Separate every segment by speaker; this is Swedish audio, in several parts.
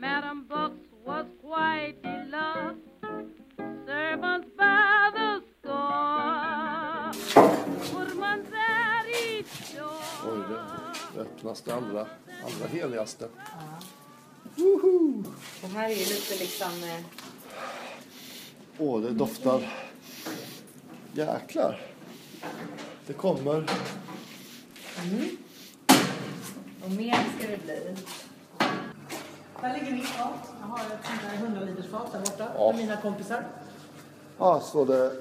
Speaker 1: Madam Bucks was quite beloved, servants by the score, woodmen at each
Speaker 2: Oj,
Speaker 1: door.
Speaker 2: det öppnaste, allra, allra heligaste.
Speaker 3: Det här är ju lite liksom... eh,
Speaker 2: Åh, det doftar. Jäklar. Det kommer.
Speaker 3: Och mer ska det bli.
Speaker 4: Där ligger mitt fat. Jag har ett sånt där 100 liters fat där borta
Speaker 2: Ja.
Speaker 4: med mina kompisar.
Speaker 2: Ja, står det...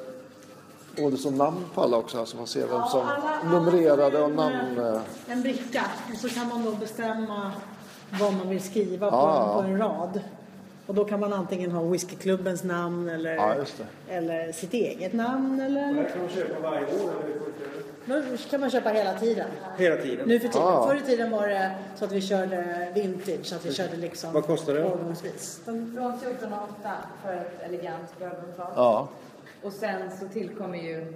Speaker 2: Åh, det står namn på alla också här så man ser vem som
Speaker 4: alla- alla
Speaker 2: numrerade och
Speaker 4: får
Speaker 2: namn...
Speaker 4: En,
Speaker 3: Mm.
Speaker 2: eh,
Speaker 4: en bricka och så kan man då bestämma vad man vill skriva på,
Speaker 2: Ja, ja.
Speaker 4: på en rad. Och då kan man antingen ha whiskyklubbens namn eller,
Speaker 2: Ja, just
Speaker 4: eller sitt eget namn. Eller... Det kan man köpa varje år. Nu kan man köpa hela tiden.
Speaker 5: Hela tiden.
Speaker 4: Nu för tiden.
Speaker 2: Ja.
Speaker 4: Förr i tiden var det så att vi körde vintage, så att vi körde liksom
Speaker 5: Vad kostar det?
Speaker 4: årgångsvis. De-
Speaker 3: Från 1408 för ett elegant bourbonfat.
Speaker 2: Ja,
Speaker 3: Och sen så tillkommer ju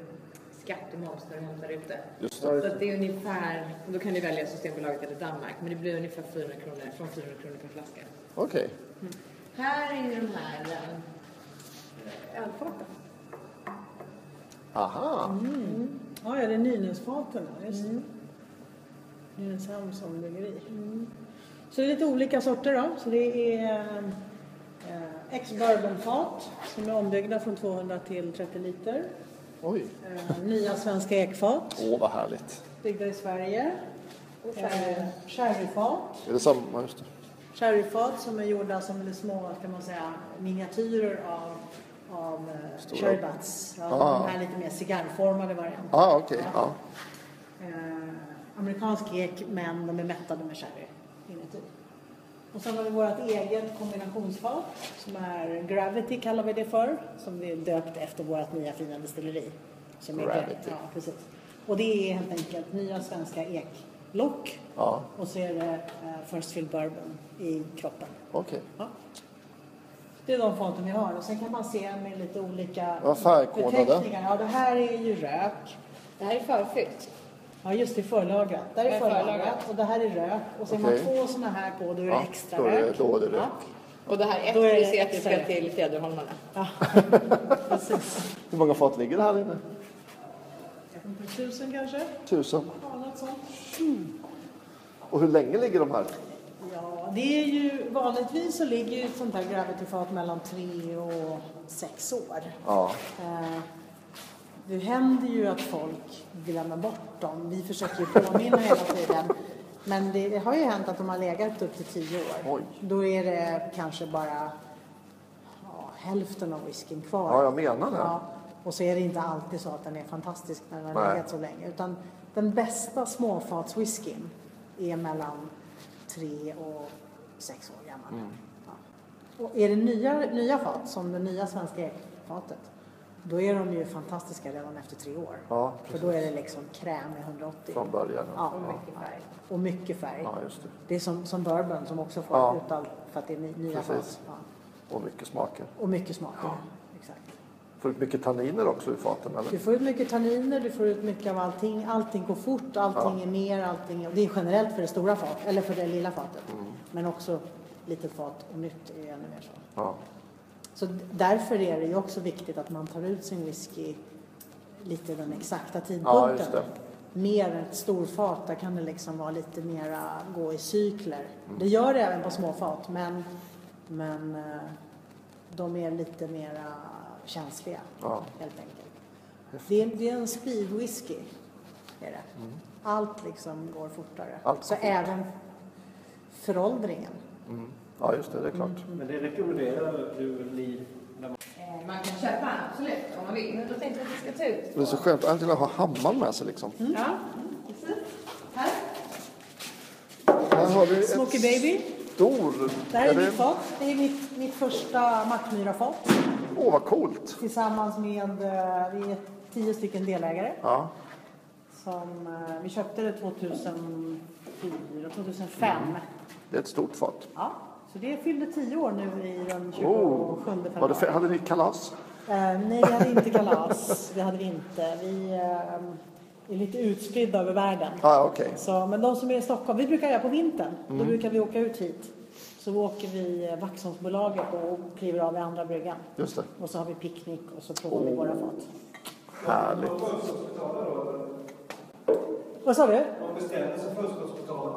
Speaker 3: skattemoms när du hämtar ut det.
Speaker 2: just
Speaker 3: Så
Speaker 2: det.
Speaker 3: att det är ungefär, då kan du välja Systembolaget eller Danmark, men det blir ungefär 400 kronor, från 400 kronor per flaska.
Speaker 2: Okej.
Speaker 3: Här är ju de här eh, ölfaten.
Speaker 2: Aha.
Speaker 3: Mm.
Speaker 4: Ja, ja, det är Nynäsfaten. ja, Just mm. Nynäshamn som bryggeri. Så det är lite olika sorter då. Så det är eh, ex-bourbonfat som är ombyggda från 200 till 30 liter.
Speaker 2: Oj.
Speaker 4: Eh, nya svenska ekfat
Speaker 2: Åh, vad härligt.
Speaker 4: byggda i Sverige. Eh, sherryfat.
Speaker 2: Är det samma? Just det.
Speaker 4: Sherryfat som är gjorda som lite små, kan man säga, miniatyrer av, av eh, sherrybutts. Ja,
Speaker 2: Ah.
Speaker 4: De här lite mer cigarrformade varianterna.
Speaker 2: Ah, okej. Ja.
Speaker 4: Eh, amerikansk ek, men de är mättade med sherry inuti. Och sen har vi vårt eget kombinationsfat som är Gravity kallar vi det för. Som vi döpt efter vårt nya fina destilleri. Som är
Speaker 2: Gravity.
Speaker 4: Ja, precis. Och det är helt enkelt nya svenska eklock.
Speaker 2: Ja,
Speaker 4: Och så är det eh, First Fill Bourbon i kroppen.
Speaker 2: okej.
Speaker 4: Ja. Det är de faten vi har. Och sen kan man se med lite olika
Speaker 2: Vad färgkodade.
Speaker 4: beteckningar. Ja, det här är ju rök.
Speaker 3: Det här är förfyllt.
Speaker 4: Ja, just det, förlagrat. Där är
Speaker 3: Där är
Speaker 4: förlagrat
Speaker 3: förlagrat.
Speaker 4: och det här är rök. Och så
Speaker 2: Okej.
Speaker 4: är man två såna här på, då är det
Speaker 2: Ja,
Speaker 4: extra
Speaker 2: då är det-
Speaker 4: rök.
Speaker 2: då är det rök.
Speaker 3: Och det här är
Speaker 4: Då är
Speaker 3: efter
Speaker 4: det
Speaker 3: ser att vi ska
Speaker 4: extra.
Speaker 3: till Fjäderholmarna.
Speaker 4: Ja. Precis.
Speaker 2: Hur många fat ligger det här inne?
Speaker 4: Tusen kanske?
Speaker 2: Tusen.
Speaker 4: Ja, något sånt.
Speaker 2: Och hur länge ligger de här?
Speaker 4: Ja, det är ju vanligtvis så ligger ju ett sånt här gravityfat mellan tre och sex år.
Speaker 2: Ja.
Speaker 4: Eh, Det händer ju att folk glömmer bort dem. Vi försöker ju påminna hela tiden. Men det, det har ju hänt att de har legat upp till tio år.
Speaker 2: Oj.
Speaker 4: Då är det kanske bara ja, hälften av whiskyn kvar.
Speaker 2: Ja, jag menar det.
Speaker 4: Ja. Och så är det inte alltid så att den är fantastisk när den har
Speaker 2: Nej.
Speaker 4: legat så länge. Utan den bästa småfatswhiskyn är mellan tre och sex år gammal.
Speaker 2: Mm.
Speaker 4: Ja. Och är det nya, nya fat, som det nya svenska ekfatet, då är de ju fantastiska redan efter tre år.
Speaker 2: Ja,
Speaker 4: För då är det liksom kräm i 180.
Speaker 2: Från början.
Speaker 4: Ja,
Speaker 2: Ja.
Speaker 4: och mycket färg.
Speaker 2: Ja, just det.
Speaker 4: Det är som, som bourbon som också får
Speaker 2: Ja.
Speaker 4: uttal för att det är ny- nya
Speaker 2: Precis.
Speaker 4: fat. Ja.
Speaker 2: Och mycket smaker.
Speaker 4: Och mycket smaker. Exakt.
Speaker 2: Får ut mycket tanniner också ur faten
Speaker 4: Du
Speaker 2: eller?
Speaker 4: får ut mycket tanniner, du får ut mycket av allting. Allting går fort, allting är mer, allting... Och det är generellt för det stora fatet, eller för det lilla fatet.
Speaker 2: Mm.
Speaker 4: Men också litet fat och nytt är ju ännu mer så.
Speaker 2: Ja.
Speaker 4: Så d- därför är det ju också viktigt att man tar ut sin whisky lite den exakta tidpunkten.
Speaker 2: Ja, just det.
Speaker 4: Mer än ett storfat, där kan det liksom vara lite mera gå i cykler.
Speaker 2: Mm.
Speaker 4: Det gör det även på småfat, men, men eh, de är lite mera känsliga
Speaker 2: Ja.
Speaker 4: helt enkelt. Det är, det är en speedwhisky, är det. Allt liksom går fortare.
Speaker 2: Mm. Allt går
Speaker 4: Så även föråldringen.
Speaker 2: Mm. ja, just det. Det är klart.
Speaker 4: Mm.
Speaker 5: Men det rekommenderar du ni när man...
Speaker 3: Eh, Man man kan köpa den, absolut, om man vill. Men då tänkte jag att vi ska ta ut.
Speaker 6: Det är så skönt. Angela har hammaren med sig liksom.
Speaker 4: Mm.
Speaker 3: Ja, precis. Här.
Speaker 6: Här har vi
Speaker 4: Smoky
Speaker 6: ett
Speaker 4: Baby.
Speaker 6: stor...
Speaker 4: Det här är,
Speaker 6: är det-
Speaker 4: mitt fat. Det är mitt, mitt första Mackmyra-fat
Speaker 6: Åh, vad coolt.
Speaker 4: tillsammans med eh, vi är tio stycken delägare.
Speaker 6: Ja.
Speaker 4: Som, eh, vi köpte det 2004, 2005.
Speaker 6: Det är ett stort fat.
Speaker 4: Ja, så det fyllde tio år nu i den 27
Speaker 6: Oh. Var det,
Speaker 4: februari.
Speaker 6: fe- hade ni kalas?
Speaker 4: Eh, nej, vi hade inte kalas. Det hade vi inte. Vi eh, är lite utspridda över världen.
Speaker 6: Ja, Mm. ah, okej.
Speaker 4: Så, men de som är i Stockholm, vi brukar göra på vintern. Då brukar vi åka ut hit. Så åker vi eh, Vaxholmsbolaget och kliver av i andra bryggan.
Speaker 6: Just det.
Speaker 4: Och så har vi picknick och så provar vi våra fat.
Speaker 6: Härligt.
Speaker 4: Vad sa du? Man beställer sig förskottsbetalar.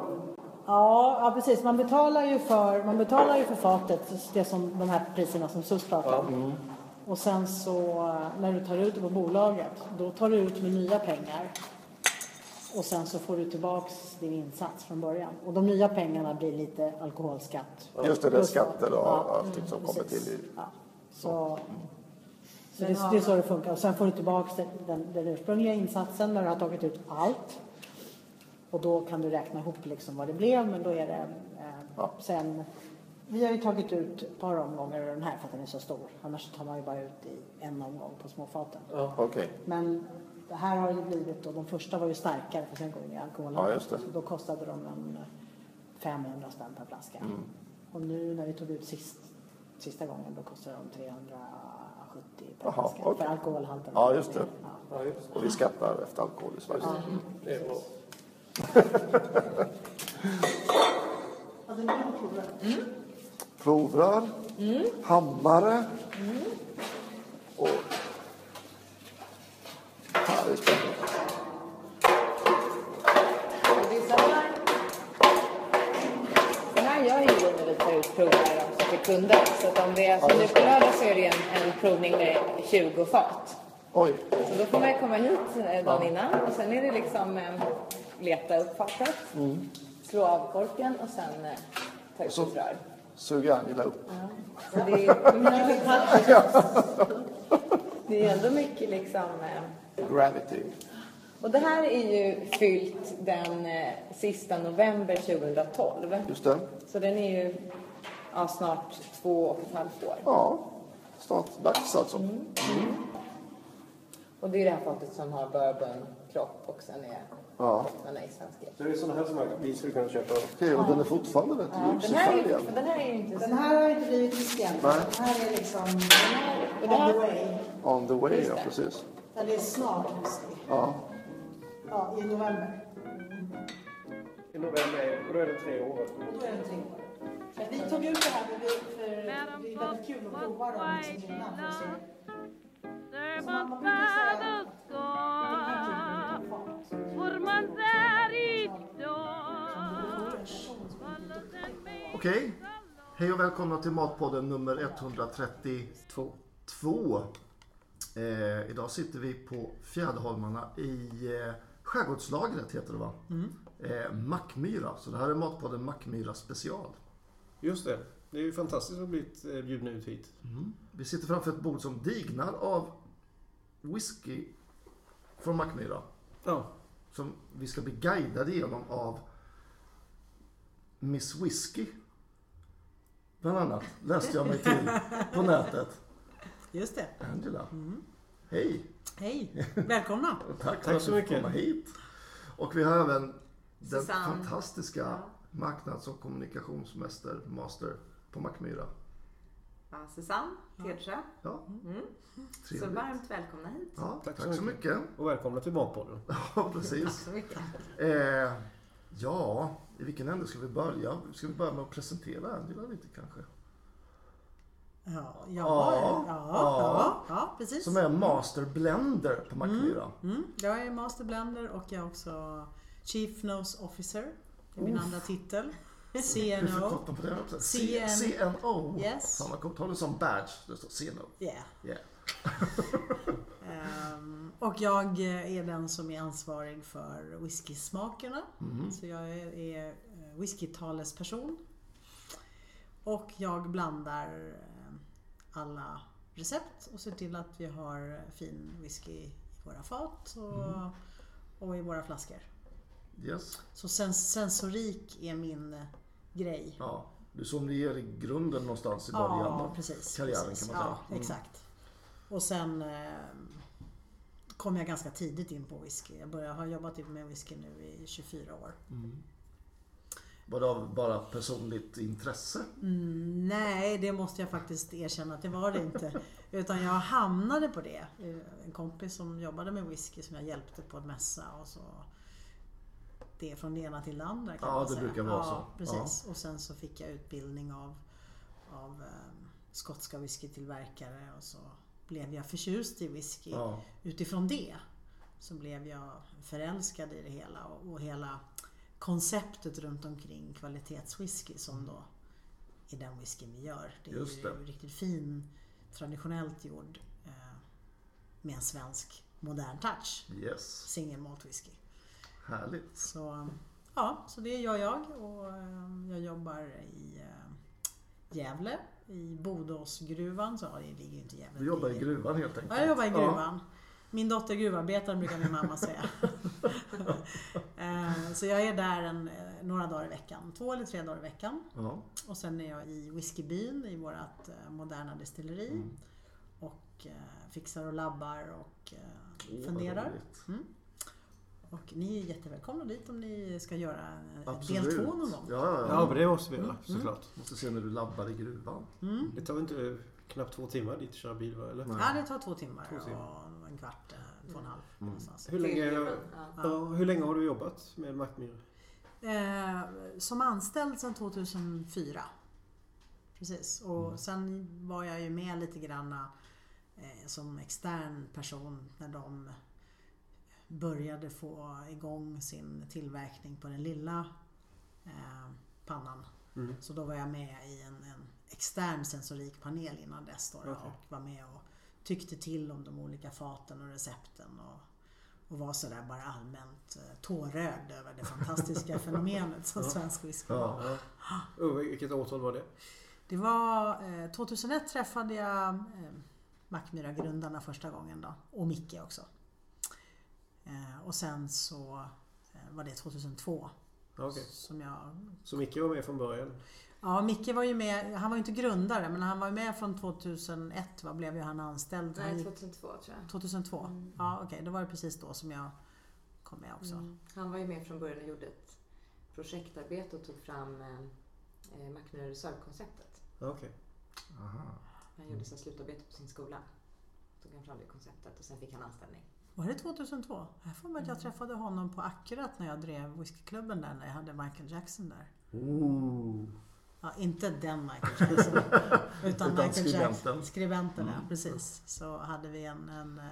Speaker 4: Ja, ja, precis. Man betalar ju för, man betalar ju för fatet, det som, de här priserna som SUS pratar om. Och sen så eh, när du tar ut det på bolaget, då tar du ut med nya pengar. Och sen så får du tillbaks din insats från början. Och de nya pengarna blir lite alkoholskatt.
Speaker 6: Just det, det är
Speaker 4: Plus
Speaker 6: skatter och
Speaker 4: fat. Ja, mm,
Speaker 6: allting som kommer
Speaker 4: precis.
Speaker 6: till. i- Mm.
Speaker 4: Ja. Så, så det, det är så det funkar. Och sen får du tillbaka den, den, den ursprungliga insatsen när du har tagit ut allt. Och då kan du räkna ihop liksom vad det blev, men då är det eh,
Speaker 6: Ja.
Speaker 4: sen... Vi har ju tagit ut ett par omgångar ur den här för att den är så stor. Annars tar man ju bara ut i en omgång på småfaten.
Speaker 6: Okej.
Speaker 4: Men det här har ju blivit, och de första var ju starkare för sen går det ner i alkoholen.
Speaker 6: Ja, just det.
Speaker 4: Så då kostade de en 500 spänn per flaska.
Speaker 6: Mm.
Speaker 4: Och nu när vi tog ut sist, sista gången då kostade de 370 per
Speaker 6: Jaha,
Speaker 4: flaska
Speaker 6: okej.
Speaker 4: för alkoholhalten.
Speaker 6: Ja, just det.
Speaker 4: Ja.
Speaker 6: Och vi skattar efter alkohol i Sverige. Provrör, Mm.
Speaker 3: Mm.
Speaker 6: hammare och... Här är spännande.
Speaker 3: Och det är så här. Så här gör ju vi när vi tar ut prover också till kunder. Så att om det är som nu på lördag så är det ju en, en provning med 20 fat.
Speaker 6: Oj,
Speaker 3: Så då får man ju komma hit eh, dagen innan och sen är det liksom eh, leta upp fatet, slå av korken och sen eh, ta ut
Speaker 6: så-
Speaker 3: ett rör.
Speaker 6: suger Angela upp.
Speaker 3: Så det är, det är ändå mycket liksom... Eh,
Speaker 6: Gravity.
Speaker 3: Och det här är ju fyllt den eh, sista november 2012.
Speaker 6: Just det.
Speaker 3: Så den är ju ja, snart två och ett halvt år.
Speaker 6: Ja, snart dags alltså.
Speaker 3: Mm. Och det är det här fatet som har bourbon, kropp och sen är
Speaker 6: Ja.
Speaker 3: bottnarna i svensk ek.
Speaker 5: Så det är sådana här som jag- vi skulle kunna köpa.
Speaker 6: Okej, och den är fortfarande rätt
Speaker 3: Den
Speaker 6: lyxig
Speaker 3: här är ju,
Speaker 6: färgen.
Speaker 3: för den här är ju inte så...
Speaker 4: Den här har inte blivit fisk än.
Speaker 6: Nej.
Speaker 4: Den här är liksom den här, on the way.
Speaker 6: On the way, ja precis.
Speaker 4: Den är snart whisky.
Speaker 6: Ja.
Speaker 4: Ja, i november.
Speaker 5: I november, och då är det tre år.
Speaker 4: Och då är den tre år. Men vi tog ut det här för, vi- för det är väldigt kul att prova dem liksom innan. för att se.
Speaker 1: Servants by the score. Woodman's at each door. Butlers and maids
Speaker 2: Okej. Hej och välkomna till Matpodden nummer 132. Eh, idag sitter vi på Fjäderholmarna i eh, Skärgårdslagret heter det va? Eh, Mackmyra, så det här är Matpodden Mackmyra special.
Speaker 5: Just det. Det är ju fantastiskt att bli eh, bjudna ut hit.
Speaker 2: Vi sitter framför ett bord som dignar av whisky från Mackmyra.
Speaker 5: Ja.
Speaker 2: Som vi ska bli guidade igenom av Miss Whisky. Bland annat läste jag mig till på nätet.
Speaker 4: Just det.
Speaker 2: Angela. Hej!
Speaker 4: Hej, välkomna.
Speaker 2: Tack, för att
Speaker 5: så
Speaker 2: du
Speaker 5: mycket.
Speaker 2: fick komma hit. Och vi har även den
Speaker 3: Susanne.
Speaker 2: fantastiska marknads och kommunikationsmäster, master på Mackmyra.
Speaker 7: Ja, Susanne Tedsjö,
Speaker 2: Ja.
Speaker 7: så
Speaker 2: Trevligt.
Speaker 7: varmt välkomna hit.
Speaker 2: Ja, tack,
Speaker 5: så
Speaker 2: så mycket.
Speaker 5: Och välkomna till Matpodden.
Speaker 2: Ja, precis. Eh, ja, i vilken ände ska vi börja? Ska vi börja med att presentera Angela lite kanske?
Speaker 4: Ja, ja,
Speaker 2: Ja,
Speaker 4: ja,
Speaker 2: ja.
Speaker 4: ja, ja, precis.
Speaker 2: Som är master blender på Mackmyra.
Speaker 4: Mm, jag är master blender och jag är också Chief Nose Officer. Det är min andra titel.
Speaker 2: Hur
Speaker 4: CNO.
Speaker 2: förkortar man på det? också?
Speaker 4: CN.
Speaker 2: CNO.
Speaker 4: Yes.
Speaker 2: Samma coolt. Har du som badge? Det står CNO.
Speaker 4: Yeah.
Speaker 2: Yeah.
Speaker 4: Ehm, och jag eh, är den som är ansvarig för whiskysmakerna. Så jag är, är eh, whiskytalesperson. Och jag blandar eh, alla recept och ser till att vi har eh, fin whisky i våra fat och, och i våra flaskor.
Speaker 2: Yes.
Speaker 4: Så sens- sensorik är min eh, grej.
Speaker 2: Ja. Du sommelierar i grunden någonstans i början av
Speaker 4: precis.
Speaker 2: karriären
Speaker 4: precis.
Speaker 2: kan man säga. Mm.
Speaker 4: Ja, exakt. Och sen eh, kom jag ganska tidigt in på whisky. Jag började, har jobbat typ med whisky nu i 24 år.
Speaker 2: Var det av bara personligt intresse?
Speaker 4: Nej, det måste jag faktiskt erkänna att det var det inte. Utan jag hamnade på det. En kompis som jobbade med whisky som jag hjälpte på en mässa och så. Det är från det ena till det andra kan
Speaker 2: Ja,
Speaker 4: man
Speaker 2: det
Speaker 4: säga.
Speaker 2: brukar vara
Speaker 4: ja,
Speaker 2: så.
Speaker 4: Precis. Och sen så fick jag utbildning av, av eh, skotska whiskytillverkare och så blev jag förtjust i whisky.
Speaker 2: Ja.
Speaker 4: Utifrån det så blev jag förälskad i det hela och, och hela konceptet runt omkring kvalitetswhisky som då i den whiskyn vi gör. Det är
Speaker 2: Just
Speaker 4: ju
Speaker 2: det.
Speaker 4: riktigt fin, traditionellt gjord eh, med en svensk modern touch.
Speaker 2: Yes,
Speaker 4: Single malt whisky.
Speaker 2: härligt.
Speaker 4: Så, eh, ja, så det gör jag och eh, jag jobbar i eh, Gävle i Bodåsgruvan. Så, ja, det ligger ju inte i Gävle.
Speaker 2: Du jobbar
Speaker 4: det
Speaker 2: i
Speaker 4: ligger-
Speaker 2: gruvan helt enkelt?
Speaker 4: Ja, jag jobbar i gruvan. Min dotter är gruvarbetare brukar min mamma säga. Eh, så jag är där en, eh, några dagar i veckan. Två eller tre dagar i veckan.
Speaker 2: Ja,
Speaker 4: Och sen är jag i whiskybyn i vårt moderna destilleri.
Speaker 2: Mm.
Speaker 4: Och eh, fixar och labbar och eh,
Speaker 2: Åh, vad
Speaker 4: funderar.
Speaker 2: roligt.
Speaker 4: Och ni är jättevälkomna dit om ni ska göra eh,
Speaker 2: Absolut.
Speaker 4: del två någon gång.
Speaker 2: Ja, ja, ja.
Speaker 5: Ja, men det måste vi göra såklart.
Speaker 2: Måste se när du labbar i gruvan.
Speaker 5: Mm. Det tar inte eh, knappt två timmar dit att köra bil va? Eller?
Speaker 4: Ja, det tar två timmar
Speaker 5: Två timmar.
Speaker 4: och en kvart, eh, två och en halv.
Speaker 2: Mm.
Speaker 4: någonstans.
Speaker 5: Hur, länge,
Speaker 3: Ja.
Speaker 5: ja, hur länge har du jobbat med Mackmyra?
Speaker 4: Eh, som anställd sedan 2004. Precis, och sen var jag ju med lite granna eh, som extern person när de började få igång sin tillverkning på den lilla eh, pannan. Så då var jag med i en, en extern sensorikpanel innan dess då, då,
Speaker 5: Okej.
Speaker 4: och var med och tyckte till om de olika faten och recepten. Och, och var sådär bara allmänt eh, tårögd över det fantastiska fenomenet som svensk whisky var.
Speaker 2: Ja, ja.
Speaker 5: Oh, vilket årtal var det?
Speaker 4: Det var eh, 2001 träffade jag eh, Mackmyra-grundarna första gången då, och Micke också. Eh, och sen så eh, var det 2002
Speaker 5: Ja, okej.
Speaker 4: som jag...
Speaker 5: Så Micke var med från början?
Speaker 4: Ja, Micke var ju med, han var ju inte grundare men han var ju med från 2001, vad blev ju han anställd? Han
Speaker 3: Nej,
Speaker 4: gick-
Speaker 3: 2002 tror jag.
Speaker 4: 2002? Ja okej, då var det precis då som jag kom med också.
Speaker 3: Han var ju med från början och gjorde ett projektarbete och tog fram eh, eh, Mackmyra Reserve-konceptet.
Speaker 5: Ja, okej.
Speaker 2: Aha.
Speaker 3: Han gjorde sin slutarbete på sin skola. Tog han fram det konceptet och sen fick han anställning.
Speaker 4: Var det 2002? Jag får mig att jag
Speaker 2: Mm.
Speaker 4: träffade honom på Akkurat när jag drev whiskyklubben där när jag hade Michael Jackson där.
Speaker 2: Ooh.
Speaker 4: Ja, inte den Michael Jackson. utan Michael
Speaker 2: skribenten. Mm.
Speaker 4: Jackson, skribenten ja, precis. Så hade vi en, en, eh,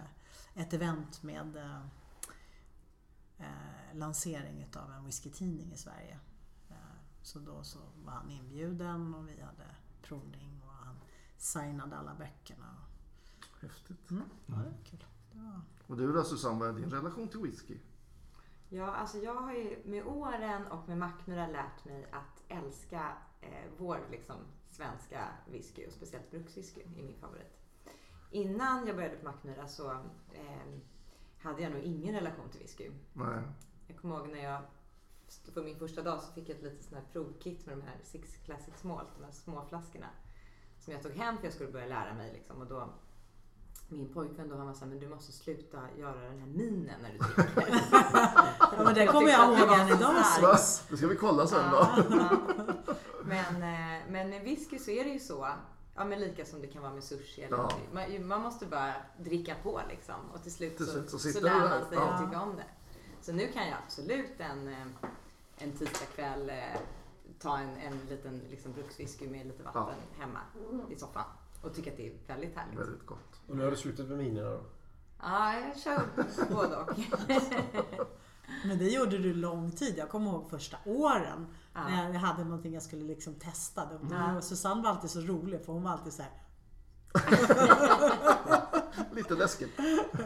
Speaker 4: ett event med eh, eh, lansering utav en whiskytidning i Sverige. Eh, så då så var han inbjuden och vi hade provning och han signade alla böckerna. Mm.
Speaker 2: Häftigt. Mm.
Speaker 4: Ja, det var kul. Det var...
Speaker 2: Och du då Susanne, vad är din relation till whisky?
Speaker 3: Ja, alltså jag har ju med åren och med Mackmyra lärt mig att älska eh, vår liksom, svenska whisky och speciellt brukswhisky är min favorit. Innan jag började på Mackmyra så eh, hade jag nog ingen relation till whisky.
Speaker 2: Nej.
Speaker 3: Jag kommer ihåg när jag på min första dag så fick jag ett litet sån här provkit med de här Six Classic Small, de här små flaskorna. Som jag tog hem för jag skulle börja lära mig liksom. Och då, min pojkvän då han var såhär, men du måste sluta göra den här minen när du dricker.
Speaker 4: Ja, men det kommer jag ihåg än idag.
Speaker 2: Va?
Speaker 4: Six.
Speaker 2: Det ska vi kolla sen då.
Speaker 3: Ja, ja. Men, eh, men med whisky så är det ju så. Ja, men lika som det kan vara med sushi. Eller
Speaker 2: Ja.
Speaker 3: någonting. man, man måste bara dricka på liksom. Och till slut
Speaker 2: Till
Speaker 3: så,
Speaker 2: slut så
Speaker 3: så,
Speaker 2: sitter du
Speaker 3: lär
Speaker 2: där.
Speaker 3: man sig
Speaker 2: Ja.
Speaker 3: att tycka om det. Så nu kan jag absolut en, eh, en tisdagkväll eh, ta en, en liten liksom, brukswhisky med lite vatten hemma i soffan. Och tycka att det är väldigt härligt.
Speaker 2: Väldigt gott.
Speaker 5: Och nu har du slutat med minerna då?
Speaker 3: Ja, jag kör både och.
Speaker 4: Men det gjorde du lång tid. Jag kommer ihåg första åren.
Speaker 3: Ja.
Speaker 4: När jag hade någonting jag skulle liksom testa. Det- Och Susanne var alltid så rolig för hon var alltid så här.
Speaker 2: Lite läskigt.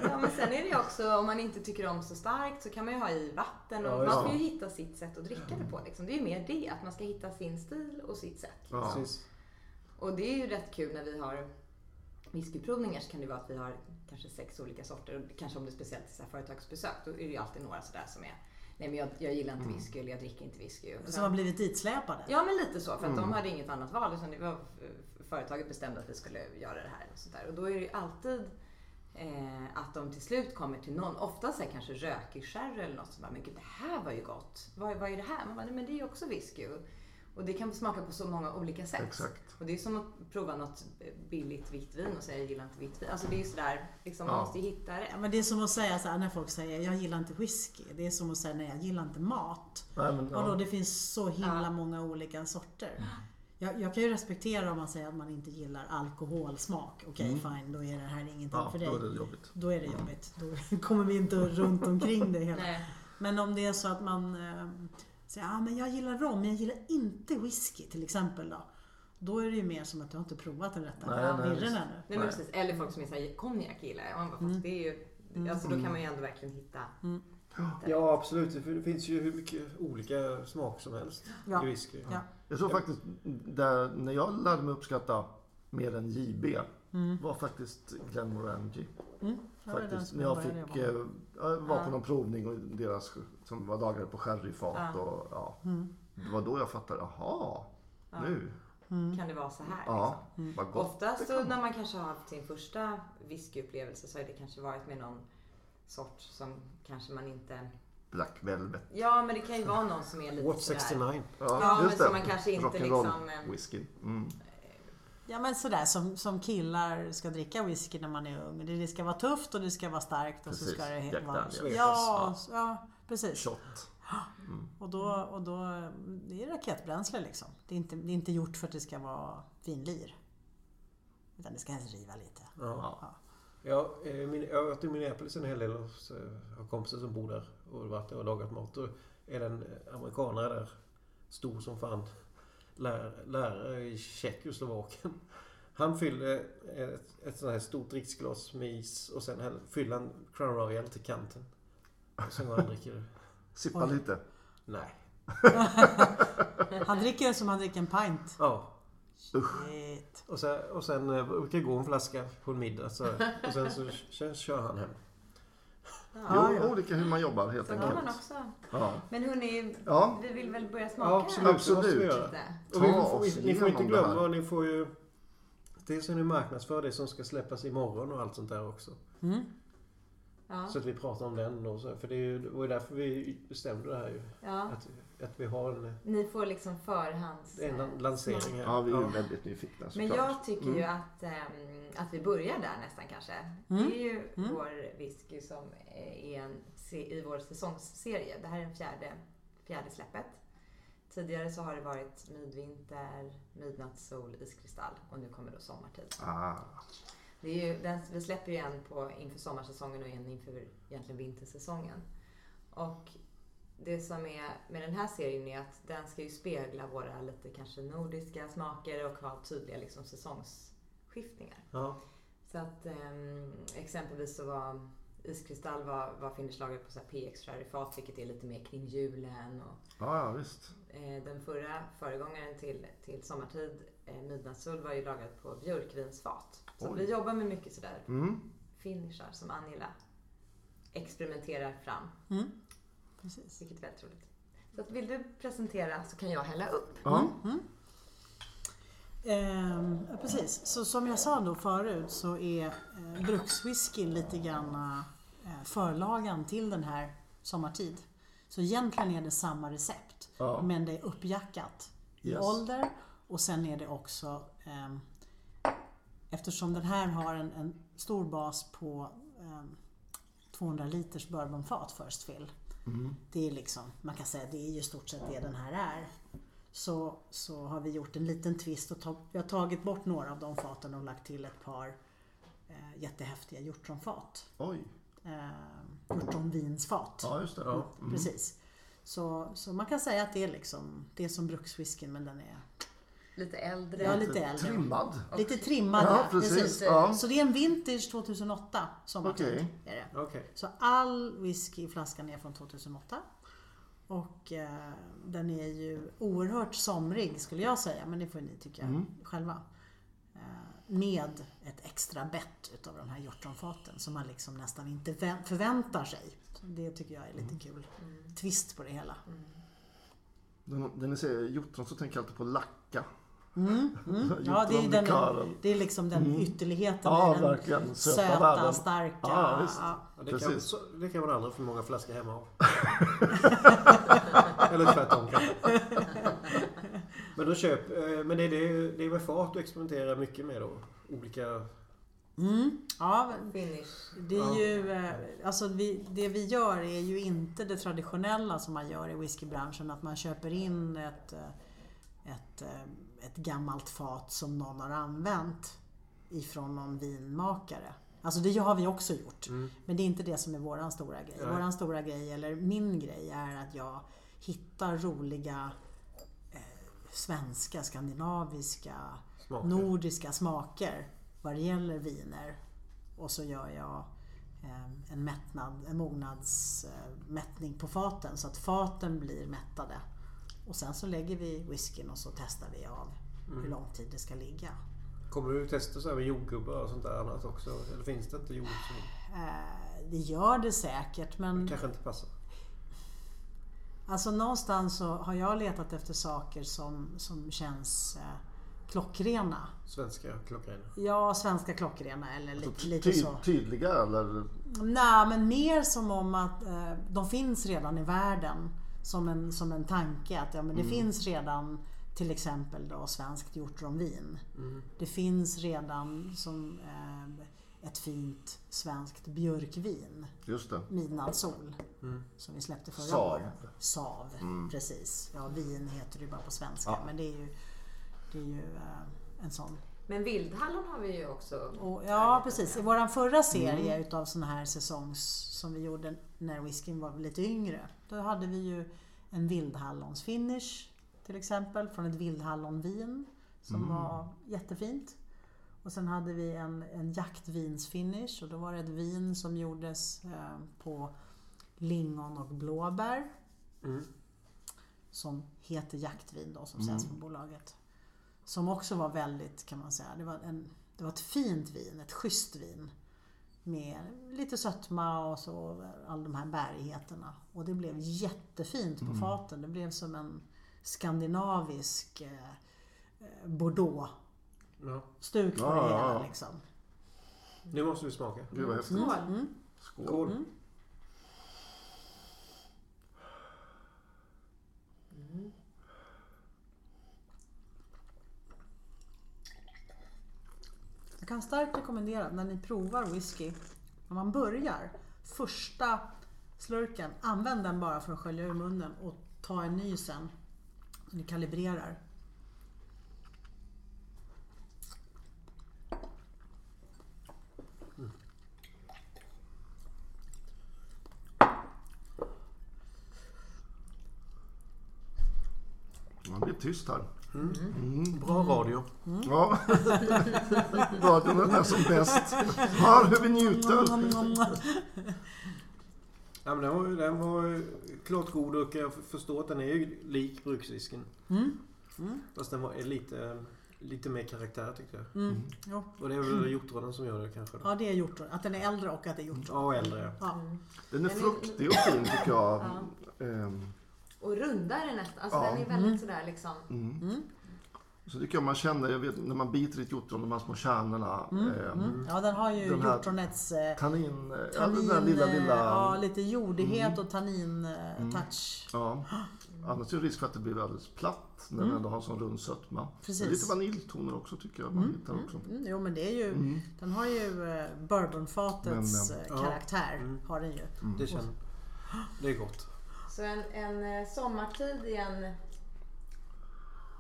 Speaker 3: Ja, men sen är det ju också, om man inte tycker om så starkt så kan man ju ha i vatten och
Speaker 5: Ja, just
Speaker 3: man ska
Speaker 2: det.
Speaker 3: ju hitta sitt sätt att dricka det på. Liksom. Det är ju mer det, att man ska hitta sin stil och sitt sätt.
Speaker 2: Ja.
Speaker 5: Precis.
Speaker 3: Och det är ju rätt kul när vi har whiskyprovningar så kan det vara att vi har kanske sex olika sorter. Och kanske om det är speciellt så här företagsbesök, då är det ju alltid några sådär som är Nej men jag, jag gillar
Speaker 5: Mm.
Speaker 3: inte whisky eller jag dricker inte whisky. Och
Speaker 4: Som har blivit ditsläpade.
Speaker 3: Ja men lite så, för att de hade inget annat val. Utan det var, f- företaget bestämde att vi skulle göra det här. Och, sånt där. och då är det ju alltid eh, att de till slut kommer till någon, ofta så här kanske rökig sherry eller något, som bara, men gud det här var ju gott. Vad, vad är det här? Man bara, nej men det är ju också whisky. Och, och det kan smaka på så många olika sätt.
Speaker 2: Exakt.
Speaker 3: Och det är som att prova något eh, billigt vitt vin och säga jag gillar inte vitt vin. Alltså det är ju sådär, liksom, man
Speaker 2: Ja.
Speaker 3: måste ju hitta det.
Speaker 4: Ja, men det är som att säga så här, när folk säger jag gillar inte whisky. Det är som att säga nej jag gillar inte mat.
Speaker 2: Nej, men,
Speaker 4: Och då,
Speaker 2: ja.
Speaker 4: det finns så himla
Speaker 3: Ja.
Speaker 4: många olika sorter. Jag, jag kan ju respektera om man säger att man inte gillar alkoholsmak. Okej, fine, då är det här ingenting
Speaker 2: Mm. Ja,
Speaker 4: för dig.
Speaker 2: då är det jobbigt.
Speaker 4: Då är det jobbigt. Då kommer vi inte runt omkring det hela.
Speaker 3: Nej.
Speaker 4: Men om det är så att man eh, säger ah, men jag gillar rom, men jag gillar inte whisky till exempel. Då, då är det ju mer som att du har inte provat den rätta
Speaker 2: Nej, nej,
Speaker 4: birren
Speaker 2: visst.
Speaker 4: ännu.
Speaker 3: Nej, men
Speaker 2: Nej.
Speaker 3: precis. Eller folk som är såhär, konjak gillar jag. Och man bara, fast det är ju, alltså då kan man ju ändå verkligen hitta.
Speaker 5: Ja, absolut. Det fin- finns ju hur mycket olika smak som helst
Speaker 4: Ja.
Speaker 5: i whisky.
Speaker 4: Ja.
Speaker 2: Jag tror faktiskt, där, när jag lärde mig uppskatta mer än JB, var faktiskt Glenmorangie.
Speaker 4: Mm. Ja, det är den
Speaker 2: Faktiskt,
Speaker 4: som
Speaker 2: när jag
Speaker 4: började
Speaker 2: fick,
Speaker 4: jobba.
Speaker 2: eh, jag var på någon provning och deras, som var dagar på sherryfat och ja.
Speaker 4: Mm.
Speaker 2: Det var då jag fattade, jaha, nu,
Speaker 3: Kan det vara så här? liksom.
Speaker 2: ja,
Speaker 4: Mm.
Speaker 2: vad gott.
Speaker 3: Oftast så när man kanske har haft sin första whiskyupplevelse så har det kanske varit med någon sort som kanske man inte...
Speaker 2: Black Velvet.
Speaker 3: Ja, men det kan ju vara någon som är lite
Speaker 5: What
Speaker 3: sådär...
Speaker 5: 69?
Speaker 2: Ja,
Speaker 3: men som man kanske inte
Speaker 2: Rock'n'roll
Speaker 3: liksom, eh,
Speaker 2: whisky. Mm.
Speaker 4: Ja men sådär som, som killar ska dricka whisky när man är ung. Det, det ska vara tufft och det ska vara starkt och så
Speaker 2: Precis.
Speaker 4: ska det he-
Speaker 2: Jack
Speaker 4: vara...
Speaker 2: Daniels.
Speaker 4: Ja, ja, precis.
Speaker 2: Shot.
Speaker 4: Och då, och då, det är raketbränsle liksom. Det är, inte, det är inte gjort för att det ska vara finlir. Utan det ska helst riva lite.
Speaker 5: Ja. Ja, eh, min, jag har varit i Minneapolis en hel del och så har kompisar som bor där och varit där och lagat mat. Då är det en eh, amerikanare där, stor som fan, lär, lärare i Tjeckoslovakien. Han fyller eh, ett, ett sånt här stort dricksglas med is och sen häller- fyller han Crown Royal till kanten. Och sen går han och dricker det.
Speaker 2: Sippa lite.
Speaker 5: Nej.
Speaker 4: Han dricker som han dricker en pint.
Speaker 5: Ja.
Speaker 4: Shit.
Speaker 5: Och sen, och sen eh, brukar det gå en flaska på en middag så, och sen så kör, kör han hem.
Speaker 2: Jo, olika hur man jobbar helt
Speaker 3: Så kan man
Speaker 2: enkelt.
Speaker 3: också.
Speaker 2: Ja,
Speaker 3: Men hörni,
Speaker 2: Ja.
Speaker 3: vi vill väl börja
Speaker 5: Ja,
Speaker 3: smaka?
Speaker 5: absolut. Det måste vi
Speaker 2: Absolut.
Speaker 5: göra.
Speaker 3: Lite.
Speaker 5: Och vi,
Speaker 2: Ta
Speaker 5: får-
Speaker 2: oss
Speaker 5: ni får inte
Speaker 2: igenom det här.
Speaker 5: glömma, ni får ju... Det som ni marknadsför, det som ska släppas imorgon och allt sånt där också.
Speaker 3: Ja,
Speaker 5: Så att vi pratar om den och så. För det är ju- det var ju därför vi bestämde det här ju.
Speaker 3: ja.
Speaker 5: Att, att vi har en,
Speaker 3: Ni får liksom förhands...
Speaker 5: en lan- lansering här.
Speaker 2: ja vi är ju väldigt nyfikna
Speaker 3: Men
Speaker 2: såklart.
Speaker 3: jag tycker ju att, ehm, att vi börjar där nästan kanske. Det är ju vår whisky som eh, är en, se- i vår säsongsserie. Det här är den fjärde, fjärde släppet. Tidigare så har det varit midvinter, midnattssol, iskristall och nu kommer då sommartid.
Speaker 2: Ah,
Speaker 3: Det är ju, den, vi släpper ju en på, inför sommarsäsongen och en inför egentligen vintersäsongen. Och det som är med den här serien är att den ska ju spegla våra lite kanske nordiska smaker och ha tydliga liksom, säsongsskiftningar.
Speaker 5: Ja.
Speaker 3: Så att ehm, exempelvis så var Iskristall var, var finishlagrad på så här PX sherryfat vilket är lite mer kring julen och
Speaker 2: ja, ja, visst.
Speaker 3: Eh, den förra föregångaren till, till Sommartid, eh, Midnattsull, var ju lagad på björkvinsfat. Så
Speaker 2: Oj.
Speaker 3: vi jobbar med mycket sådär
Speaker 2: Mm.
Speaker 3: finishar som Angela experimenterar fram,
Speaker 4: Mm. Precis.
Speaker 3: vilket är väldigt roligt. Så att vill du presentera så kan jag hälla upp.
Speaker 2: Ja.
Speaker 4: Mm. Ehm, ja, precis. Så som jag sa då förut så är eh, brukswhiskyn lite grann eh, förlagan till den här sommartid. Så egentligen är det samma recept
Speaker 2: Ja.
Speaker 4: men det är uppjackat i
Speaker 2: Yes.
Speaker 4: ålder och sen är det också ehm, eftersom den här har en, en stor bas på ehm, 200 liters bourbonfat first fill.
Speaker 2: Mm.
Speaker 4: Det är liksom, man kan säga det är ju i stort sett det den här är. Så, så har vi gjort en liten twist och tag, vi har tagit bort några av de faten och lagt till ett par eh, jättehäftiga hjortronfat.
Speaker 2: Oj.
Speaker 4: Eh, hjortronvinsfat.
Speaker 2: Ja, mm. just det. Ja.
Speaker 4: Precis. Så, så man kan säga att det är liksom, det är som brukswhisken men den är
Speaker 3: Lite äldre.
Speaker 4: ja, lite äldre.
Speaker 2: Trimmad.
Speaker 4: Lite trimmad.
Speaker 2: Ja, precis. Ja.
Speaker 4: Så det är en vintage 2008 sommartid.
Speaker 2: Okej.
Speaker 4: Är det.
Speaker 5: Okej.
Speaker 4: Så all whisky i flaskan är från 2008. Och eh, den är
Speaker 2: Mm.
Speaker 4: ju oerhört somrig skulle jag säga, men det får ni tycka själva. Eh, med ett extra bett utav de här hjortronfaten som man liksom nästan inte vä- förväntar sig. Så Det tycker jag är lite
Speaker 2: Mm.
Speaker 4: kul twist på det hela. Mm.
Speaker 2: Den- När ni säger hjortron så tänker jag alltid på lacka.
Speaker 4: Ja, det är ju den,
Speaker 2: Hjortronlikören.
Speaker 4: det är liksom den ytterligheten
Speaker 2: Mm. Ja,
Speaker 4: i den
Speaker 2: verkligen. Söta
Speaker 4: söta,
Speaker 2: världen.
Speaker 4: starka.
Speaker 2: Ja, visst.
Speaker 4: ja.
Speaker 5: Ja, det, kan,
Speaker 2: Precis.
Speaker 5: så, det kan vara andra för många flaskor hemma av. Eller tvärtom kanske. Men då köp, eh, men det är, det, det är med fart du experimenterar mycket med då? Olika...
Speaker 4: mm. Ja,
Speaker 3: Finish.
Speaker 4: det är ju, eh, alltså vi, det vi gör är ju inte det traditionella som man gör i whiskybranschen, att man köper in ett, eh, ett, eh, ett gammalt fat som någon har använt ifrån någon vinmakare. Alltså det har vi också gjort, men det är inte det som är våran stora grej. Våran stora grej, eller min grej, är att jag hittar roliga eh, svenska, skandinaviska,
Speaker 5: Smaker.
Speaker 4: nordiska smaker vad det gäller viner. Och så gör jag eh, en, mättnad, en mognadsmättning på faten så att faten blir mättade. Och sen så lägger vi whiskyn och så testar vi av hur lång tid det ska ligga.
Speaker 5: Kommer du testa så här med jordgubbar och sånt där annat också? Eller finns det inte jord som
Speaker 4: Eh, det gör det säkert men
Speaker 5: kanske inte passar?
Speaker 4: Alltså någonstans så har jag letat efter saker som, som känns eh, klockrena.
Speaker 5: Svenska klockrena.
Speaker 4: Ja, svenska klockrena eller lite, lite
Speaker 2: Alltså Ty,
Speaker 4: så.
Speaker 2: tydliga eller?
Speaker 4: Nej, men mer som om att eh, de finns redan i världen. Som en, som en tanke att ja, men det finns redan till exempel då svenskt hjortronvin. Det finns redan som eh, ett fint svenskt björkvin,
Speaker 2: Just det.
Speaker 4: midnattssol, som vi släppte förra
Speaker 2: Sav.
Speaker 4: året. Sav, precis. Ja, vin heter det ju bara på svenska, men det är ju, det är ju eh, en sån
Speaker 3: Men vildhallon har vi ju också.
Speaker 4: och, ja precis, i vår förra serie utav såna här säsongs som vi gjorde när whiskyn var lite yngre. Då hade vi ju en vildhallonsfinish till exempel från ett vildhallonvin som var jättefint. Och sen hade vi en, en jaktvinsfinish och då var det ett vin som gjordes eh, på lingon och blåbär. Som heter jaktvin då som säljs på bolaget. Som också var väldigt, kan man säga, det var, en, det var ett fint vin, ett schysst vin. Med lite sötma och så, alla de här bärigheterna. Och det blev jättefint på
Speaker 2: Mm.
Speaker 4: faten. Det blev som en skandinavisk eh, eh, bordeaux-stuk
Speaker 5: Ja.
Speaker 4: på
Speaker 2: Ja,
Speaker 4: det
Speaker 2: ja,
Speaker 4: hela.
Speaker 2: ja.
Speaker 4: Liksom. Mm,
Speaker 5: Nu måste vi smaka.
Speaker 2: Gud vad häftigt.
Speaker 3: Skål!
Speaker 2: Skål.
Speaker 5: Skål!
Speaker 4: Jag kan starkt rekommendera när ni provar whisky, när man börjar, första slurken, använd den bara för att skölja ur munnen och ta en ny sen. Så ni kalibrerar.
Speaker 2: Man blir tyst här.
Speaker 4: Mm.
Speaker 5: Bra radio.
Speaker 2: Ja. Radion är som bäst. Hör hur vi
Speaker 4: Mm.
Speaker 2: njuter.
Speaker 5: Ja, men den, var, ju- den var ju klart god och jag förstår att den är ju lik bruksvisken. Fast den var är lite, lite mer karaktär tyckte jag.
Speaker 3: Mm.
Speaker 4: Jo.
Speaker 5: Och det är väl hjortronen som gör det kanske. då.
Speaker 4: Ja, det är hjortron. Att den är äldre och att det är hjortron.
Speaker 5: Ja, och äldre.
Speaker 4: Ja.
Speaker 2: Den är fruktig och fin tycker jag. Ehm,
Speaker 3: Och rundare nästan. Alltså
Speaker 2: Ja.
Speaker 3: den är
Speaker 4: Mm.
Speaker 3: väldigt sådär liksom.
Speaker 2: mm. Så tycker jag man känner, jag vet, när man biter i ett hjortron, de här små kärnorna.
Speaker 4: Mm,
Speaker 2: ehm,
Speaker 4: ja, den har ju
Speaker 2: Den här-
Speaker 4: hjortronets eh,
Speaker 2: Tannin, eh, ja, den
Speaker 4: tannin, eh,
Speaker 2: där lilla, lilla...
Speaker 4: ja, lite jordighet och eh, tannin-touch.
Speaker 2: Ja. Annars är det risk för att det blir alldeles platt när
Speaker 3: Mm.
Speaker 2: den ändå har en sån rund sötma.
Speaker 4: Precis.
Speaker 2: Det är Lite vaniljtoner också tycker jag man hittar också.
Speaker 4: Mm, jo, men det är ju, den har ju eh, bourbonfatets
Speaker 2: Men,
Speaker 4: eh, karaktär. Har den ju.
Speaker 5: Det, känner, det är gott.
Speaker 3: Så en, en eh, sommartid i en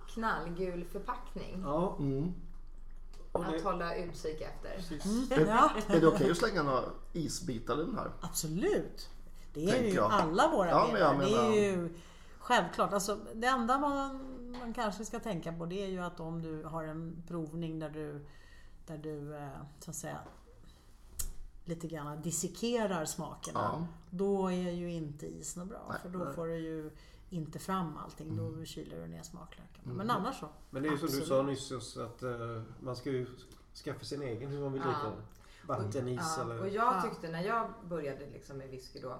Speaker 3: knallgul förpackning
Speaker 5: Ja, och
Speaker 3: att
Speaker 5: det,
Speaker 3: hålla utkik efter.
Speaker 4: Ja,
Speaker 2: Är det okej att slänga några isbitar i den här?
Speaker 4: absolut. Det är
Speaker 2: Tänker
Speaker 4: ju
Speaker 2: jag.
Speaker 4: alla våra
Speaker 2: Ja, men jag
Speaker 4: delar. Det är
Speaker 2: menar-
Speaker 4: ju självklart. Alltså, det enda man, man kanske ska tänka på det är ju att om du har en provning där du, där du eh, så att säga lite grann dissekerar smakerna.
Speaker 2: Ja.
Speaker 4: Då är ju inte is något bra. för då får du ju inte fram allting. Då
Speaker 2: Mm.
Speaker 4: kyler du ner smaklökarna. Men annars så.
Speaker 5: men det är ju som du
Speaker 4: absolut.
Speaker 5: sa nyss just att eh, man ska ju skaffa sin egen hur man vill
Speaker 3: Ja.
Speaker 5: dricka den. Vatten, is
Speaker 3: Ja,
Speaker 5: eller...
Speaker 3: och jag tyckte när jag började liksom med whisky då.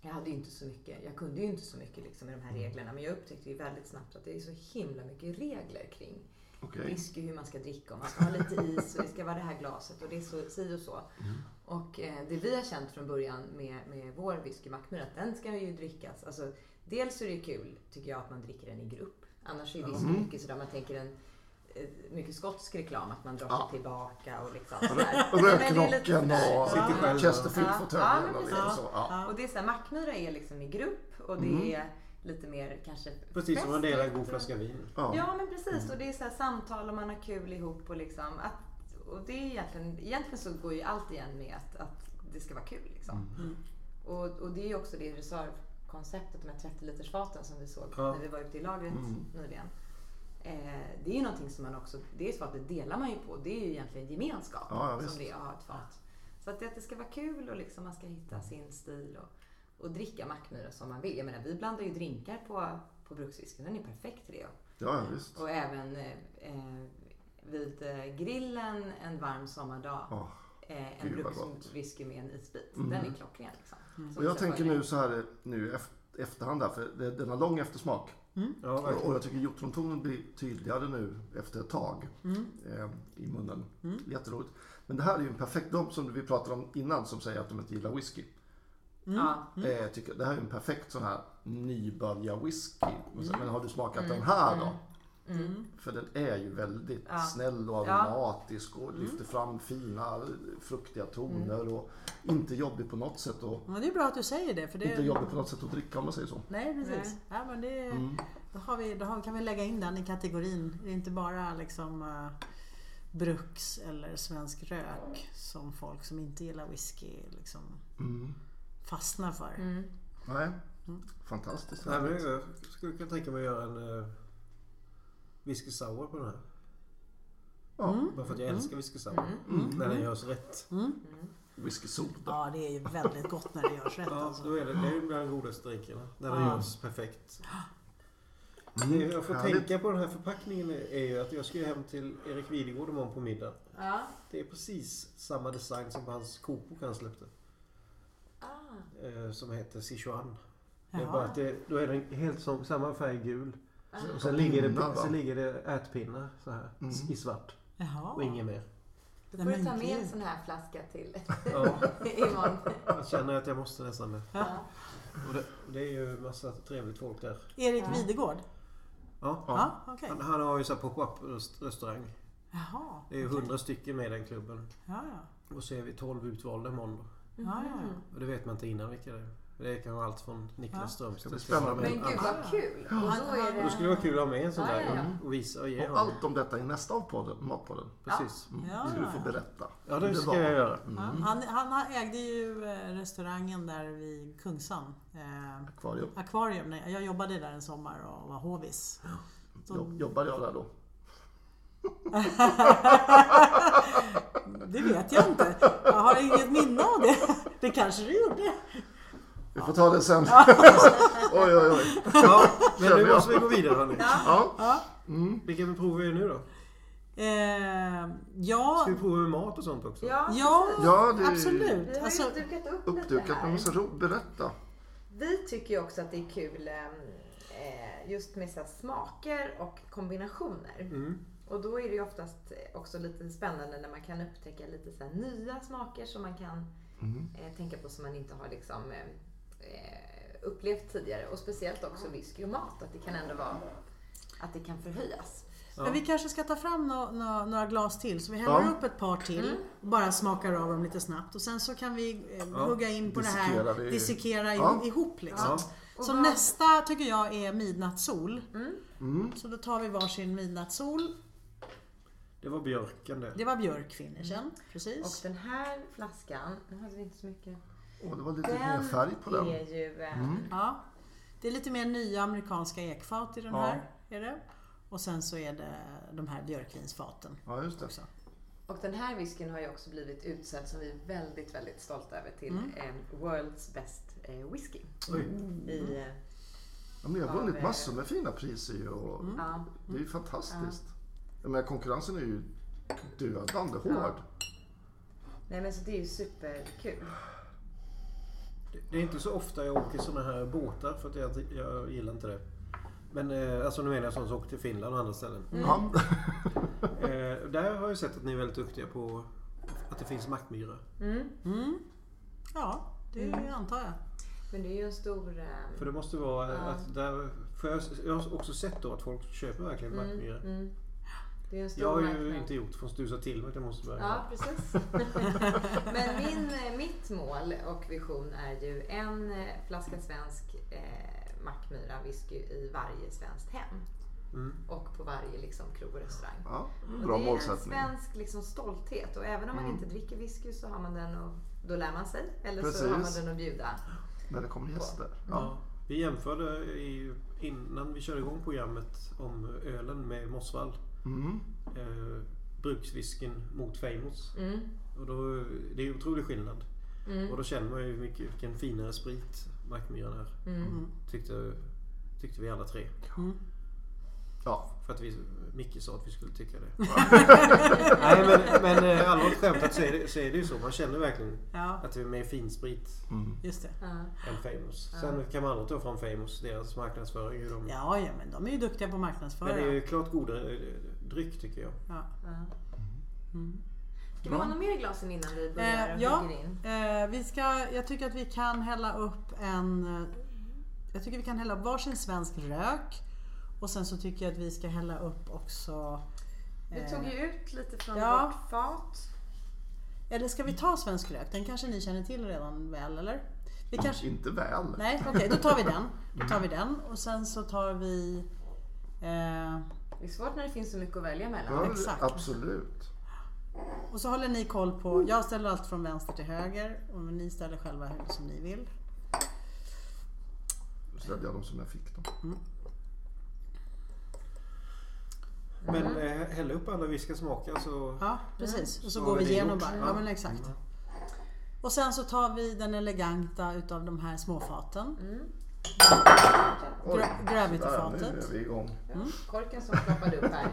Speaker 3: Jag hade ju inte så mycket. Jag kunde ju inte så mycket liksom med de
Speaker 5: Mm.
Speaker 3: här reglerna. Men jag upptäckte ju väldigt snabbt att det är så himla mycket regler kring
Speaker 2: Okej.
Speaker 3: whisky. Hur man ska dricka. Om man ska ha lite is och det ska vara det här glaset. Och det är så, si och så.
Speaker 2: Mm.
Speaker 3: Och eh, det vi har känt från början med, med vår whisky Mackmyr. Att den ska ju drickas. Alltså, dels är det ju kul tycker jag att man dricker den i grupp. Annars är ju whisky
Speaker 2: Mm.
Speaker 3: mycket sådär. Man tänker en eh, mycket skotsk reklam att man drar sig
Speaker 2: Ja.
Speaker 3: tillbaka och liksom sådär. Men det är lite
Speaker 2: Rökrocken
Speaker 3: sådär.
Speaker 2: och
Speaker 5: Sitter själv och-
Speaker 3: Ja,
Speaker 2: Chesterfield-fåtöljen
Speaker 3: men
Speaker 2: och lite
Speaker 3: precis.
Speaker 2: så. Ja.
Speaker 3: Och det är så här, Mackmyra är liksom i grupp och det
Speaker 2: Mm.
Speaker 3: är lite mer kanske
Speaker 5: Precis som man delar en god
Speaker 3: festligt.
Speaker 5: flaska vin.
Speaker 3: Ja men
Speaker 2: Mm.
Speaker 3: precis och det är så här samtal och man har kul ihop och liksom att, och det är egentligen, egentligen så går ju allt igen med att, att det ska vara kul liksom.
Speaker 2: Mm.
Speaker 3: Och, och det är ju också det reservkonceptet med 30 liters faten som vi såg
Speaker 5: Ja.
Speaker 3: när vi var ute i lagret
Speaker 2: Mm.
Speaker 3: nyligen. Eh, det är ju någonting som man också, det är så att det delar man ju på. Det är ju egentligen gemenskap
Speaker 2: Ja, ja, visst.
Speaker 3: som det är att ha ett fat. Så att det, att det ska vara kul och liksom man ska hitta
Speaker 2: Mm.
Speaker 3: sin stil och, och dricka Mackmyra som man vill. Jag menar vi blandar ju drinkar på, på bruksfisken, den är perfekt till det.
Speaker 2: Ja, ja, visst.
Speaker 3: Och även eh, eh, vid eh, grillen en varm sommardag.
Speaker 2: Åh,
Speaker 3: eh, en
Speaker 2: gud, vad Mm.
Speaker 3: brukswhisky med en isbit. Den är klockren. Liksom. Som
Speaker 4: Mm.
Speaker 2: Och jag
Speaker 3: ska
Speaker 2: tänker
Speaker 3: följa.
Speaker 2: nu så här nu eft- efterhand här, för det- den har lång eftersmak.
Speaker 5: Ja,
Speaker 2: Och
Speaker 5: verkligen.
Speaker 2: och jag tycker hjortrontonen blir tydligare nu efter ett tag
Speaker 3: Mm.
Speaker 2: eh, i munnen. Jätteroligt. Men det här är ju en perfekt, de som vi pratade om innan som säger att de inte gillar whisky.
Speaker 4: Mm.
Speaker 3: Ja,
Speaker 2: Eh, jag tycker, det här är en perfekt sån här nybörjar-whisky. Men så- Men har du smakat den här då? För den är ju väldigt snäll och aromatisk och lyfter fram fina fruktiga toner och inte jobbig på något sätt. Och
Speaker 4: Men det är bra att du säger det. För det
Speaker 2: inte jobbig på något sätt att dricka om man säger så.
Speaker 4: Nej, precis. Ja, men det, då har vi, då har, kan vi lägga in den i kategorin. Det är inte bara liksom eh, Bruks eller Svensk Rök som folk som inte gillar whisky liksom fastnar för.
Speaker 3: Mm.
Speaker 2: Nej, fantastiskt.
Speaker 5: Nej, men jag skulle kunna tänka mig att göra en uh, whisky sour på den här.
Speaker 2: Ja.
Speaker 5: Bara för att jag
Speaker 3: Mm.
Speaker 5: älskar whisky sour. När den görs rätt.
Speaker 2: Whisky soda.
Speaker 4: Ja, det är ju väldigt gott när det görs rätt
Speaker 5: Ja,
Speaker 4: alltså.
Speaker 5: då är det, det är ju bland de godaste drinkarna. När den görs perfekt.
Speaker 2: Mm,
Speaker 5: Det jag får
Speaker 2: härligt.
Speaker 5: tänka på den här förpackningen är ju att jag ska ju hem till Erik Videgård imorgon på middag.
Speaker 3: ja.
Speaker 5: Det är precis samma design som på hans kokbok han släppte. Eh, Som heter Sichuan. Det är bara att det, då är den helt som, samma färg gul. Och sen ligger
Speaker 2: Pinnar,
Speaker 5: det,
Speaker 2: va? Mm.
Speaker 5: sen ligger det ärtpinnar så här i svart. Och
Speaker 4: Jaha.
Speaker 5: inget mer.
Speaker 3: Då
Speaker 4: Nej,
Speaker 3: får du
Speaker 4: men
Speaker 3: ta med en
Speaker 4: gud.
Speaker 3: sån här flaska till
Speaker 5: Ja,
Speaker 3: imorgon.
Speaker 5: jag känner att jag måste nästan det. Och det, det är ju massa trevligt folk där.
Speaker 4: Erik Videgård?
Speaker 5: Ja.
Speaker 4: Ja, okej.
Speaker 5: Han, han har ju så här pop-up rest- restaurang.
Speaker 4: Jaha.
Speaker 5: Det är ju hundra stycken med i den klubben.
Speaker 4: Ja, ja.
Speaker 5: Och så är vi 12 utvalda imorgon då.
Speaker 4: ja, ja.
Speaker 3: Mm.
Speaker 5: Och det vet man inte innan vilka det är. Det kan vara allt från Niklas Strömstedt till
Speaker 2: spännande.
Speaker 5: Samuel
Speaker 3: Men gud
Speaker 5: Andersson.
Speaker 4: Ah.
Speaker 3: vad kul! Och då är
Speaker 5: Då
Speaker 3: det...
Speaker 5: skulle det vara kul att ha med en sån
Speaker 3: Ja,
Speaker 5: där
Speaker 3: ja, ja.
Speaker 5: och visa och
Speaker 2: Och
Speaker 5: ge honom.
Speaker 2: allt om detta i nästa av podden, Matpodden.
Speaker 5: Precis.
Speaker 4: Ja,
Speaker 2: Så du får
Speaker 4: ja.
Speaker 2: berätta.
Speaker 5: Ja, det
Speaker 2: hur
Speaker 5: ska
Speaker 2: var.
Speaker 5: jag göra.
Speaker 4: Han, han ägde ju eh, restaurangen där vid Kungsan. Eh,
Speaker 2: Akvarium.
Speaker 4: Akvarium, nej, jag jobbade där en sommar och var hovis.
Speaker 2: Jobb- Jobbar jag där då?
Speaker 4: Det vet jag inte. Jag har inget minne av det. Det kanske du gjorde.
Speaker 2: Vi får ta det sen. oj, oj, oj.
Speaker 5: Ja, men
Speaker 2: Känner
Speaker 5: nu
Speaker 2: jag.
Speaker 5: måste vi gå vidare hörni.
Speaker 2: Ja.
Speaker 5: Vilka prover är nu då?
Speaker 4: Eh, ja,
Speaker 5: Ska vi prova med mat och sånt också?
Speaker 3: Ja,
Speaker 4: ja,
Speaker 2: Ja, det är
Speaker 3: vi
Speaker 4: absolut.
Speaker 3: har
Speaker 4: Alltså,
Speaker 3: ju dukat upp lite
Speaker 2: uppdukat.
Speaker 3: här.
Speaker 2: Men så ro, berätta.
Speaker 3: Vi tycker ju också att det är kul ehm, eh, just med så här smaker och kombinationer.
Speaker 5: Mm.
Speaker 3: Och då är det ju oftast också lite spännande när man kan upptäcka lite så här nya smaker som man kan
Speaker 2: Mm.
Speaker 3: eh, tänka på som man inte har liksom, eh, eh, upplevt tidigare. Och speciellt också whisky och mat, att det kan ändå vara att det kan förhöjas.
Speaker 4: men vi kanske ska ta fram nå- nå- några glas till så vi häller
Speaker 2: Ja.
Speaker 4: upp ett par till och bara smakar av dem lite snabbt och sen så kan vi eh, hugga in på det
Speaker 2: Dissekerar
Speaker 4: här,
Speaker 2: vi.
Speaker 4: dissekera
Speaker 2: Ja.
Speaker 4: i- ihop liksom.
Speaker 5: Ja.
Speaker 4: Så nästa tycker jag är midnattssol. Så då tar vi varsin midnattssol.
Speaker 5: Det var björken det.
Speaker 4: Det var björkfinishen, precis.
Speaker 3: Och den här flaskan, nu hade vi inte så mycket.
Speaker 2: Åh, det var lite mer färg på den. Mm.
Speaker 3: är ju... eh,
Speaker 4: Ja. Det är lite mer nya amerikanska ekfat i den
Speaker 2: Ja.
Speaker 4: här. Är det. Och sen så är det de här björkvinsfaten.
Speaker 2: Ja, just det.
Speaker 3: Och den här whiskyn har ju också blivit utsedd som vi är väldigt, väldigt stolta över till
Speaker 2: Mm.
Speaker 3: eh, World's Best eh, Whisky.
Speaker 5: Oj.
Speaker 2: Mm.
Speaker 3: I, eh,
Speaker 2: Ja, men jag har
Speaker 3: Ja, Mm.
Speaker 2: vunnit
Speaker 3: det-
Speaker 2: massor med fina priser ju. Och
Speaker 3: ja,
Speaker 2: Det är ju fantastiskt. Jag menar, konkurrensen är ju dödande hård.
Speaker 3: Nej men så det är ju superkul.
Speaker 5: Det- Det är inte så ofta jag åker såna här båtar för att jag, jag gillar inte det. Men eh, alltså nu menar jag sådana som åker till Finland och andra ställen.
Speaker 2: Ja.
Speaker 3: Mm.
Speaker 5: Eh, där har jag sett att ni är väldigt duktiga på att det finns mackmyra.
Speaker 4: Ja, det
Speaker 5: Mm.
Speaker 4: antar jag.
Speaker 3: Men det är ju en stor... ehm,
Speaker 5: För det måste vara att där, för jag, jag har också sett då att folk köper verkligen mackmyra.
Speaker 3: det är en Mm. stor
Speaker 5: Jag har ju
Speaker 3: marknad.
Speaker 5: inte gjort förrän du sa till mig att jag måste börja.
Speaker 3: Ja, precis. Men min, eh, mitt mål och vision är ju en eh, flaska svensk eh, Mackmyra whisky i varje svenskt hem.
Speaker 5: Mm.
Speaker 3: Och på varje liksom, krog och restaurang.
Speaker 2: Ja,
Speaker 3: Och
Speaker 2: bra
Speaker 3: det är
Speaker 2: målsättning.
Speaker 3: en svensk liksom, stolthet och även om
Speaker 5: Mm.
Speaker 3: man inte dricker whisky så har man den och då lär man sig. Eller så har man
Speaker 2: Precis.
Speaker 3: den att bjuda.
Speaker 2: När det kommer gäster. Ja.
Speaker 5: Ja. Vi jämförde i, innan vi körde igång programmet om ölen med Mossvall.
Speaker 2: Mm.
Speaker 5: Eh, bruksvisken mot Famous.
Speaker 3: Mm.
Speaker 5: Och då, det är ju otrolig skillnad. Och då känner man ju hur mycket, vilken finare sprit Mackmyran
Speaker 3: Mm.
Speaker 5: är.
Speaker 4: Mm.
Speaker 5: Tyckte, tyckte vi alla tre.
Speaker 2: Ja.
Speaker 5: För att vi, Micke sa att vi skulle tycka det. Nej men, men eh, allvarligt skämtat så är, det, så är det ju så. Man känner verkligen
Speaker 4: Ja,
Speaker 5: att det är mer finsprit
Speaker 4: just det.
Speaker 5: än Famous. Sen kan man aldrig ta fram Famous, deras marknadsföring. Hur de,
Speaker 4: Ja, ja, men de är ju duktiga på att marknadsföra.
Speaker 5: Men det är ju klart godare eh, dryck tycker jag.
Speaker 4: Ja.
Speaker 3: Ska vi ha något mer i glasen innan vi börjar
Speaker 4: Eh,
Speaker 3: och
Speaker 4: ja,
Speaker 3: hugger in?
Speaker 4: eh, vi ska, jag tycker att vi kan hälla upp en... eh, Jag tycker vi kan hälla upp varsin svensk rök. Och sen så tycker jag att vi ska hälla upp också...
Speaker 3: Vi tog ju ut lite från
Speaker 4: Eh. ja.
Speaker 3: vårt fat.
Speaker 4: Eller ska vi ta svensk rök? Den kanske ni känner till redan väl, eller? Vi kanske...
Speaker 2: Inte väl.
Speaker 4: Nej, okej, då tar vi den. Då tar vi den och sen så tar vi... Eh,
Speaker 3: Det är svårt när det finns så mycket att välja mellan.
Speaker 2: Ja,
Speaker 4: exakt.
Speaker 2: Absolut.
Speaker 4: och så håller ni koll på... Jag ställer allt från vänster till höger och ni ställer själva hur som ni vill.
Speaker 2: Så ställde jag dem som jag fick dem.
Speaker 5: Men eh, häll upp alla viskar smakar så...
Speaker 4: Mm. Ja, precis. Och så,
Speaker 5: Så
Speaker 4: går
Speaker 5: har
Speaker 4: vi
Speaker 5: vi det
Speaker 4: igenom
Speaker 5: gjort.
Speaker 4: bara. Ja,
Speaker 5: Ja.
Speaker 4: men exakt. Och sen så tar vi den eleganta utav de här småfaten.
Speaker 2: Mm. Oj,
Speaker 4: Gra- gravityfatet.
Speaker 2: sådär, Nu är vi igång.
Speaker 3: Korken som ploppade upp här.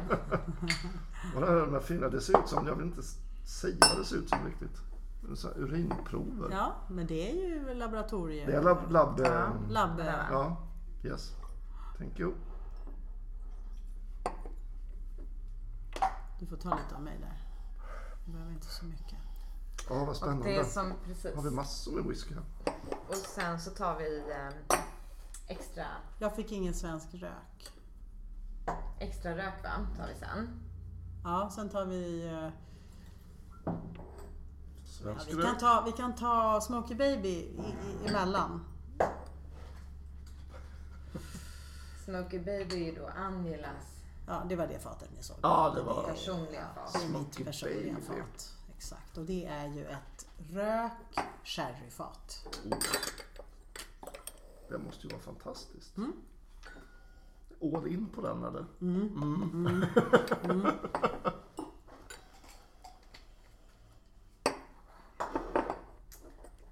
Speaker 2: Och det här med fina, det ser ut som, jag vill inte s- säga vad det ser ut som riktigt. Men så här Urinprover.
Speaker 4: Ja, men det är ju laboratorier.
Speaker 2: Det är labb... labb ja.
Speaker 4: Labb...
Speaker 2: ja, yes. Thank you.
Speaker 4: Du får ta lite av mig där. Du behöver inte så mycket.
Speaker 2: Ja, vad
Speaker 3: Det är
Speaker 2: spännande.
Speaker 3: som, precis.
Speaker 2: Har vi massor med whisky här?
Speaker 3: Och sen så tar vi eh, extra,
Speaker 4: Jag fick ingen svensk rök.
Speaker 3: extra rök va? Tar vi sen.
Speaker 4: Ja, sen tar vi... eh, Ja,
Speaker 2: Svensk
Speaker 4: vi, kan
Speaker 2: rök.
Speaker 4: ta, vi kan ta Smokey Baby i, i, emellan.
Speaker 3: Smokey Baby är ju då Angelas
Speaker 4: Ja, det var det fatet ni såg.
Speaker 2: Ja, det var
Speaker 3: personliga fas.
Speaker 4: Det är mitt
Speaker 2: Smoky
Speaker 4: personliga
Speaker 2: Baby.
Speaker 4: fat. Exakt. Och det är ju ett rök sherryfat.
Speaker 2: Det måste ju vara fantastiskt.
Speaker 4: Mm.
Speaker 2: All in på den eller?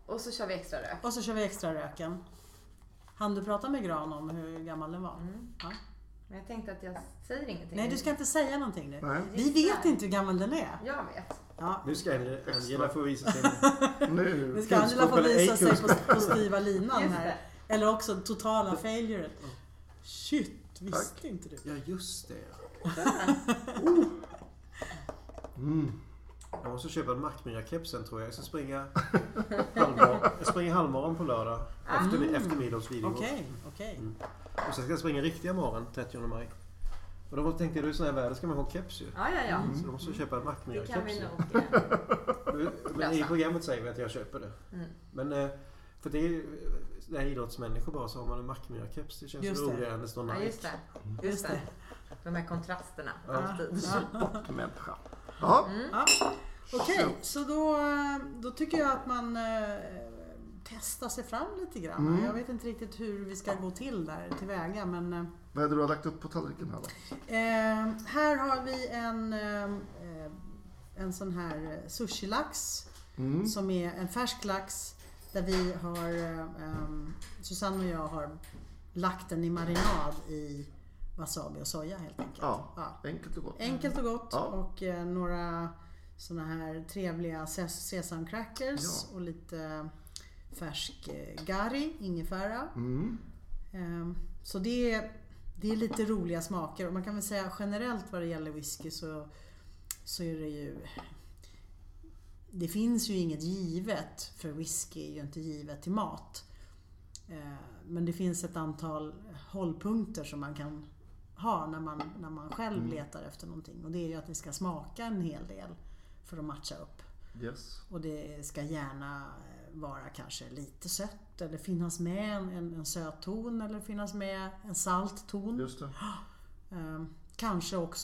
Speaker 3: Och så kör vi extra rök.
Speaker 4: Och så kör vi extra röken. Han du prata med Gran om hur gammal den var? Ja.
Speaker 3: Men jag tänkte att jag säger ingenting.
Speaker 4: Nej, du ska inte säga någonting nu.
Speaker 2: Nej.
Speaker 4: Vi vet inte hur gammal den är.
Speaker 3: Jag vet.
Speaker 4: Ja.
Speaker 5: Nu ska Angela- Angela få visa sin...
Speaker 2: Nu.
Speaker 4: Nu ska Angela få
Speaker 5: eller ej
Speaker 4: visa sig på, på styva linan
Speaker 3: Just
Speaker 4: här. Eller också totala failure. Shit, visste inte du?
Speaker 5: Ja, just det. Oh. Mm. Jag måste köpa en Mackmyra-keps sen tror jag. Jag ska springa halvmar- jag springer halvmorgon på lördag.
Speaker 3: Ah.
Speaker 5: Efter, efter middagsvideon.
Speaker 4: Okej, okej.
Speaker 5: Och sen ska jag springa riktiga morgon 30 maj. Och då tänkte jag, det är sån här väder ska man ha keps ju.
Speaker 3: Ja, ja, ja.
Speaker 2: Mm.
Speaker 5: Så då måste jag köpa en
Speaker 3: Det kan vi
Speaker 5: Mackmyra-keps.
Speaker 3: nog. eh,
Speaker 5: Men i programmet säger vi att jag köper det.
Speaker 3: Mm.
Speaker 5: Men eh, för det är ju, när idrottsmänniskor bara så har man en Mackmyra-keps. Det känns
Speaker 4: Just det.
Speaker 5: roligare än det står
Speaker 3: Ja, just
Speaker 5: Nike.
Speaker 3: det.
Speaker 4: Just det.
Speaker 3: De här kontrasterna. Alltid.
Speaker 2: Människa. Ja,
Speaker 4: Mm. Okej, så då, då tycker jag att man eh, testar sig fram lite grann. Jag vet inte riktigt hur vi ska gå till där tillväga men eh,
Speaker 2: vad är det du har lagt upp på tallriken här då?
Speaker 4: Eh, här har vi en, eh, en sån här eh, sushilax som är en färsk lax där vi ehm, har, eh, eh, Susanne och jag har lagt den i marinad i wasabi och soja helt enkelt.
Speaker 2: Ja,
Speaker 4: Ja.
Speaker 2: enkelt och gott.
Speaker 4: Enkelt och gott
Speaker 2: Ja.
Speaker 4: och eh, några såna här trevliga ses- sesamcrackers och lite färsk eh, gari, ingefära.
Speaker 2: Mm.
Speaker 4: Ehm, Så det är, det är lite roliga smaker och man kan väl säga generellt vad det gäller whisky så, så är det ju det finns ju inget givet, för whisky är ju inte givet till mat. Eh, Men det finns ett antal hållpunkter som man kan ha när man, när man själv letar efter någonting. Och det är ju att det ska smaka en hel del för att matcha upp.
Speaker 2: Yes.
Speaker 4: Och det ska gärna eh, vara kanske lite sött eller finnas med en, en, en söt ton eller finnas med en salt ton.
Speaker 2: Just det.
Speaker 4: Eh, Kanske också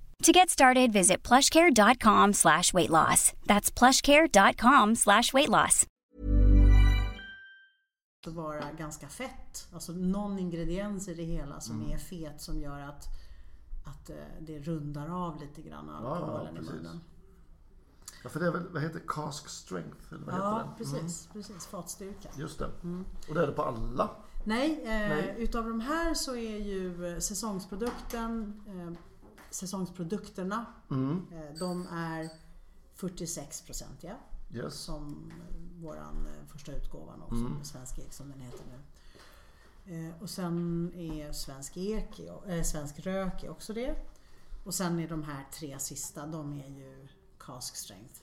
Speaker 8: To get started, visit plushcare.com slash weight loss. That's plushcare.com slash weight loss.
Speaker 4: att vara ganska fett. Alltså någon ingrediens i det hela som
Speaker 2: Mm.
Speaker 4: är fet som gör att, att eh, det rundar av lite grann
Speaker 2: ja,
Speaker 4: alkoholen i
Speaker 2: precis.
Speaker 4: munnen.
Speaker 2: Ja, för det är väl, vad heter det? cask strength? Eller vad heter Mm.
Speaker 4: Ja,
Speaker 2: den?
Speaker 4: precis. Mm. precis fatstyrka.
Speaker 2: Just det. Och det är det på alla.
Speaker 4: Nej, eh,
Speaker 2: Nej.
Speaker 4: utav de här så är ju eh, säsongsprodukten, eh, säsongsprodukterna, eh, de är 46-procentiga.
Speaker 2: Yes.
Speaker 4: Som eh, våran eh, första utgåva också, Svensk ek som den heter nu. Eh, och sen är Svensk ek, eh, Svensk rök är också det. Och sen är de här tre sista, de är ju cask strength.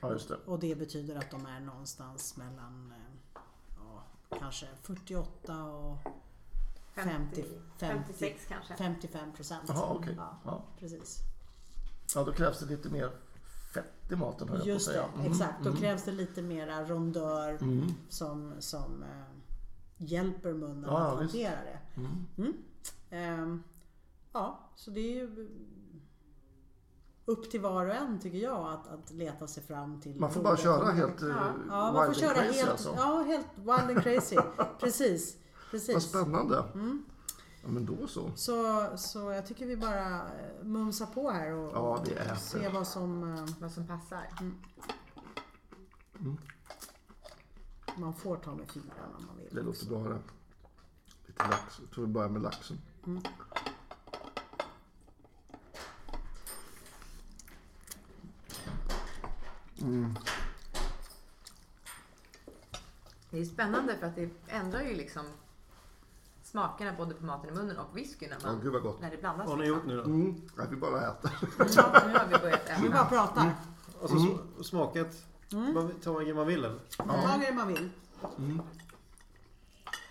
Speaker 2: Ja, just det.
Speaker 4: Och det betyder att de är någonstans mellan eh, ja, kanske 48 och 50,
Speaker 3: 56 kanske.
Speaker 4: 55 procent.
Speaker 2: Jaha, okej. Ja.
Speaker 4: Precis.
Speaker 2: Ja, då krävs det lite mer fett i maten höll jag på att
Speaker 4: Just det,
Speaker 2: säga. Mm.
Speaker 4: exakt. Då krävs det lite mera rondör som, som eh, hjälper munnen
Speaker 2: Ja,
Speaker 4: att
Speaker 2: visst.
Speaker 4: hantera det. Mm. Ehm, ja, så det är ju upp till var och en tycker jag att, att leta sig fram till.
Speaker 2: Man får
Speaker 4: goda
Speaker 2: bara köra
Speaker 4: kombinationer.
Speaker 2: helt eh,
Speaker 4: Ja,
Speaker 2: wild
Speaker 4: man
Speaker 2: and
Speaker 4: får köra
Speaker 2: crazy
Speaker 4: helt,
Speaker 2: alltså.
Speaker 4: ja, helt wild and crazy. precis.
Speaker 2: Vad
Speaker 4: precis. Mm.
Speaker 2: spännande. Ja, men då så.
Speaker 4: Så, så jag tycker vi bara eh, mumsar på här och
Speaker 2: Ja, vi äter.
Speaker 4: ser vad som eh,
Speaker 3: Vad som passar.
Speaker 4: man får ta med fingrarna om man vill.
Speaker 2: Det låter bra det. Lite lax. Jag tror vi börjar med laxen.
Speaker 3: Det är spännande för att det ändrar ju liksom smakerna både på maten i munnen och whisky när,
Speaker 2: Ja,
Speaker 3: man,
Speaker 2: gud vad gott.
Speaker 3: när det blandas.
Speaker 5: Vad har ni
Speaker 3: liksom.
Speaker 5: gjort nu då?
Speaker 2: Mm. Ja, vi bara äter.
Speaker 3: Ja, nu har vi börjat
Speaker 4: Vi
Speaker 3: äta.
Speaker 4: bara pratar.
Speaker 2: Mm.
Speaker 5: Alltså sm- smaket. Man tar vilken man vill eller?
Speaker 4: Man tar det man vill.
Speaker 3: Och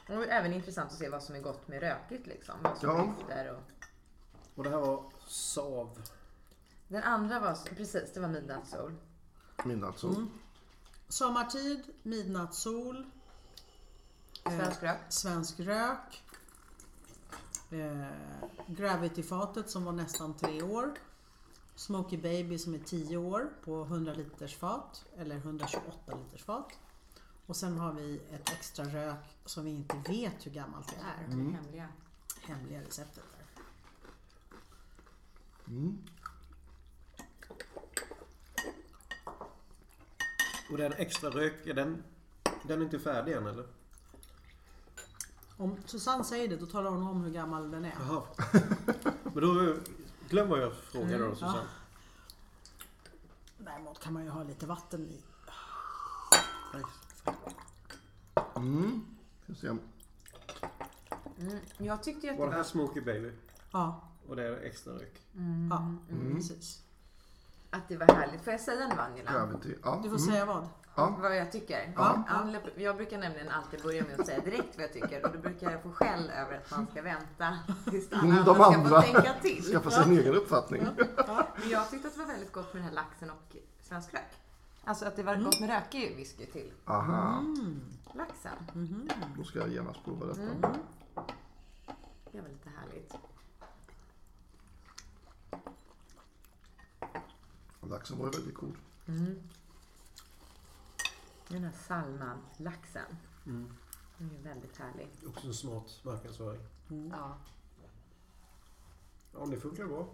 Speaker 3: det är även intressant att se vad som är gott med rökigt liksom. Vad som
Speaker 2: Ja.
Speaker 3: lyfter och...
Speaker 5: Och det här var sav.
Speaker 3: Den andra var, precis det var Midnight Soul.
Speaker 2: Midnattssol.
Speaker 4: Mm. Sommartid, midnattssol, eh,
Speaker 3: Svensk rök.
Speaker 4: svensk rök. Eh, Gravity-fatet som var nästan tre år. Smoky Baby som är 10 år på 100 liters fat eller 128 liters fat. Och sen har vi ett extra rök som vi inte vet hur gammalt det är.
Speaker 3: Mm. Hemliga.
Speaker 4: Hemliga receptet där.
Speaker 5: Och den extra rök, är den, den är inte färdig än eller?
Speaker 4: Om Susanne säger det, då talar hon om hur gammal den är.
Speaker 5: Jaha. Men då glömmer jag fråga då Susanne.
Speaker 4: Däremot kan man ju ha lite vatten i.
Speaker 2: Ska se.
Speaker 3: Jag tyckte ju att det
Speaker 5: Var det här
Speaker 3: var...
Speaker 5: Smoky Baby?
Speaker 4: Ja,
Speaker 3: Mm.
Speaker 5: Och det är extra rök.
Speaker 4: ja precis.
Speaker 3: Att det var härligt. Får jag säga nu Angela?
Speaker 2: Äventyr. Ja. Mm.
Speaker 4: Du får säga vad.
Speaker 3: Vad jag tycker?
Speaker 2: Ja.
Speaker 3: Angela- Jag brukar nämligen alltid börja med att säga direkt vad jag tycker och då brukar jag få skäll över att man ska vänta tills alla
Speaker 2: Mm,
Speaker 3: andra
Speaker 2: De
Speaker 3: ska
Speaker 2: andra
Speaker 3: få tänka till.
Speaker 2: ska få sin egen uppfattning.
Speaker 3: Men jag tyckte att det var väldigt gott med den här laxen och svensk rök. Alltså att det
Speaker 2: Mm.
Speaker 3: var gott med rökig whisky till
Speaker 2: Aha,
Speaker 4: Mm.
Speaker 3: laxen.
Speaker 2: då ska jag genast prova detta.
Speaker 4: Mm.
Speaker 3: Det var lite härligt.
Speaker 2: Laxen var ju väldigt god.
Speaker 3: Den här salmanlaxen. Den är ju väldigt härlig.
Speaker 5: Också en smart marknadsföring.
Speaker 3: Ja.
Speaker 5: Ja, det funkar bra.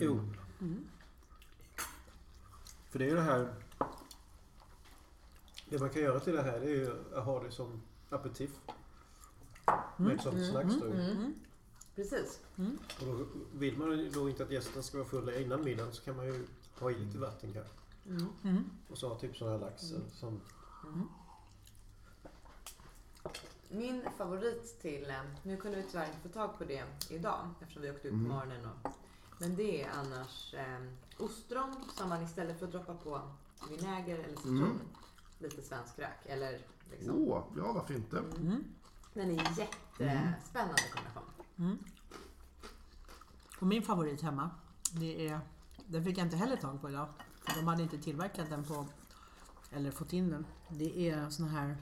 Speaker 5: Jo. För det är ju det här... Det man kan göra till det här det är ju att ha det som aperitif. Med ett sånt snacks då.
Speaker 3: Precis.
Speaker 5: Och då vill man då inte att gästerna ska vara fulla innan middagen så kan man ju ha i lite vatten kanske. Och så ha typ sån här lax
Speaker 3: Mm.
Speaker 5: som...
Speaker 3: Min favorit till, eh, nu kunde vi tyvärr inte få tag på det idag eftersom vi åkte ut på morgonen. Och, men det är annars eh, ostron som man istället för att droppa på vinäger eller citron, lite svensk rök. Eller liksom,
Speaker 2: Åh, ja varför inte?
Speaker 4: Mm.
Speaker 3: Den är jättespännande kombination.
Speaker 4: Och min favorit hemma, det är, den fick jag inte heller tag på idag. För de hade inte tillverkat den på, eller fått in den. Det är såna här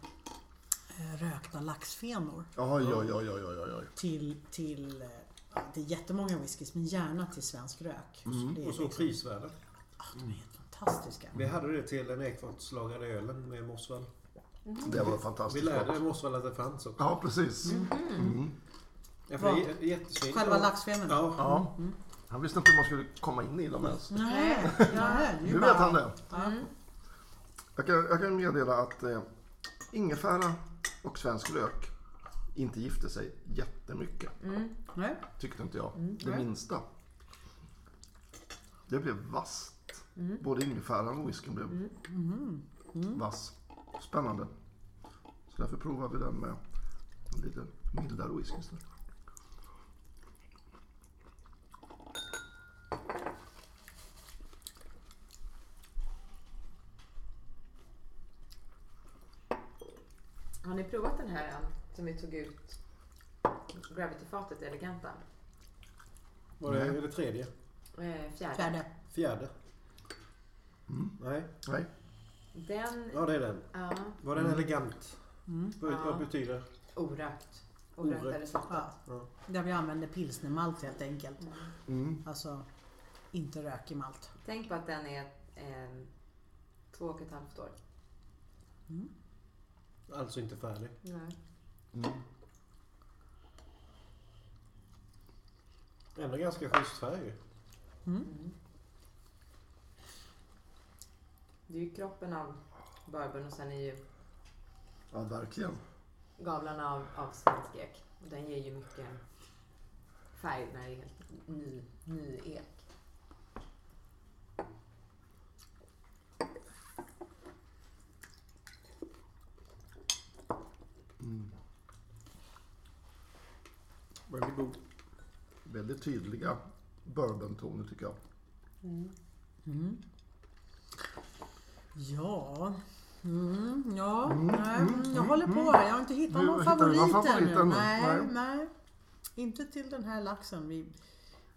Speaker 4: eh, rökta laxfenor.
Speaker 2: Oj, oj, oj, oj, oj, oj.
Speaker 4: Till, till eh, ja, det är jättemånga whiskys, men gärna till svensk rök. Det är
Speaker 5: Mm. Och så
Speaker 4: liksom,
Speaker 5: prisvärda.
Speaker 4: ah, de är helt fantastiska.
Speaker 5: Vi hade det till den ekfatslagade ölen med Mossvall.
Speaker 2: Det var
Speaker 5: Mm. Vi
Speaker 2: fantastiskt
Speaker 5: lärde
Speaker 2: gott.
Speaker 5: Mossvall att det fanns också.
Speaker 2: Ja, precis.
Speaker 4: Mm.
Speaker 5: Ja, för det är jättesmidigt.
Speaker 4: Själva laxfenorna?
Speaker 5: Ja.
Speaker 2: Ja. Han visste inte hur man skulle komma in i dem ens.
Speaker 4: Mm. Nej, nej, det är
Speaker 2: Nu
Speaker 4: ju
Speaker 2: vet han
Speaker 4: bara...
Speaker 2: det. Jag kan, jag kan meddela att eh, ingefära och svensk lök inte gifte sig jättemycket.
Speaker 4: Mm. Nej. Mm.
Speaker 2: Tyckte inte jag. Det minsta. Det blev vasst.
Speaker 4: Mm.
Speaker 2: Både ingefäran och whiskyn blev vass. Spännande. Så därför provar vi den med en lite mildare whisky istället.
Speaker 3: Har ni provat den här eh, som vi tog ut? Gravity-fatet, eleganta.
Speaker 5: Var det, är det tredje?
Speaker 3: Eh, Fjärde.
Speaker 4: Fjärde.
Speaker 5: Fjärde? Nej,
Speaker 2: Nej,
Speaker 3: Den,
Speaker 5: ja det är den.
Speaker 3: ja, Mm.
Speaker 5: Var den elegant? Vad, vad betyder
Speaker 3: orökt. Orökt
Speaker 5: Orökt.
Speaker 3: eller saltat.
Speaker 4: Ja. Där vi använder pilsnermalt helt enkelt.
Speaker 5: Mm.
Speaker 4: Alltså inte rökig malt.
Speaker 3: Tänk på att den är eh, två och ett halvt år.
Speaker 5: alltså inte färdig? Ändå ganska schysst färg ju.
Speaker 3: Det är ju kroppen av bourbon och sen är ju
Speaker 2: ja, verkligen.
Speaker 3: gavlarna av, av svensk ek. Och Den ger ju mycket färg när det är helt ny, ny ek.
Speaker 5: Väldigt god.
Speaker 2: Väldigt tydliga bourbontoner tycker jag.
Speaker 4: Ja, mm, ja, nej, mm, jag håller på. här. Jag har inte hittat
Speaker 2: Du
Speaker 4: någon
Speaker 2: hittar
Speaker 4: favorit
Speaker 2: någon favorit
Speaker 4: ännu.
Speaker 2: ännu?
Speaker 4: Nej,
Speaker 2: Nej.
Speaker 4: nej. Inte till den här laxen. Vi,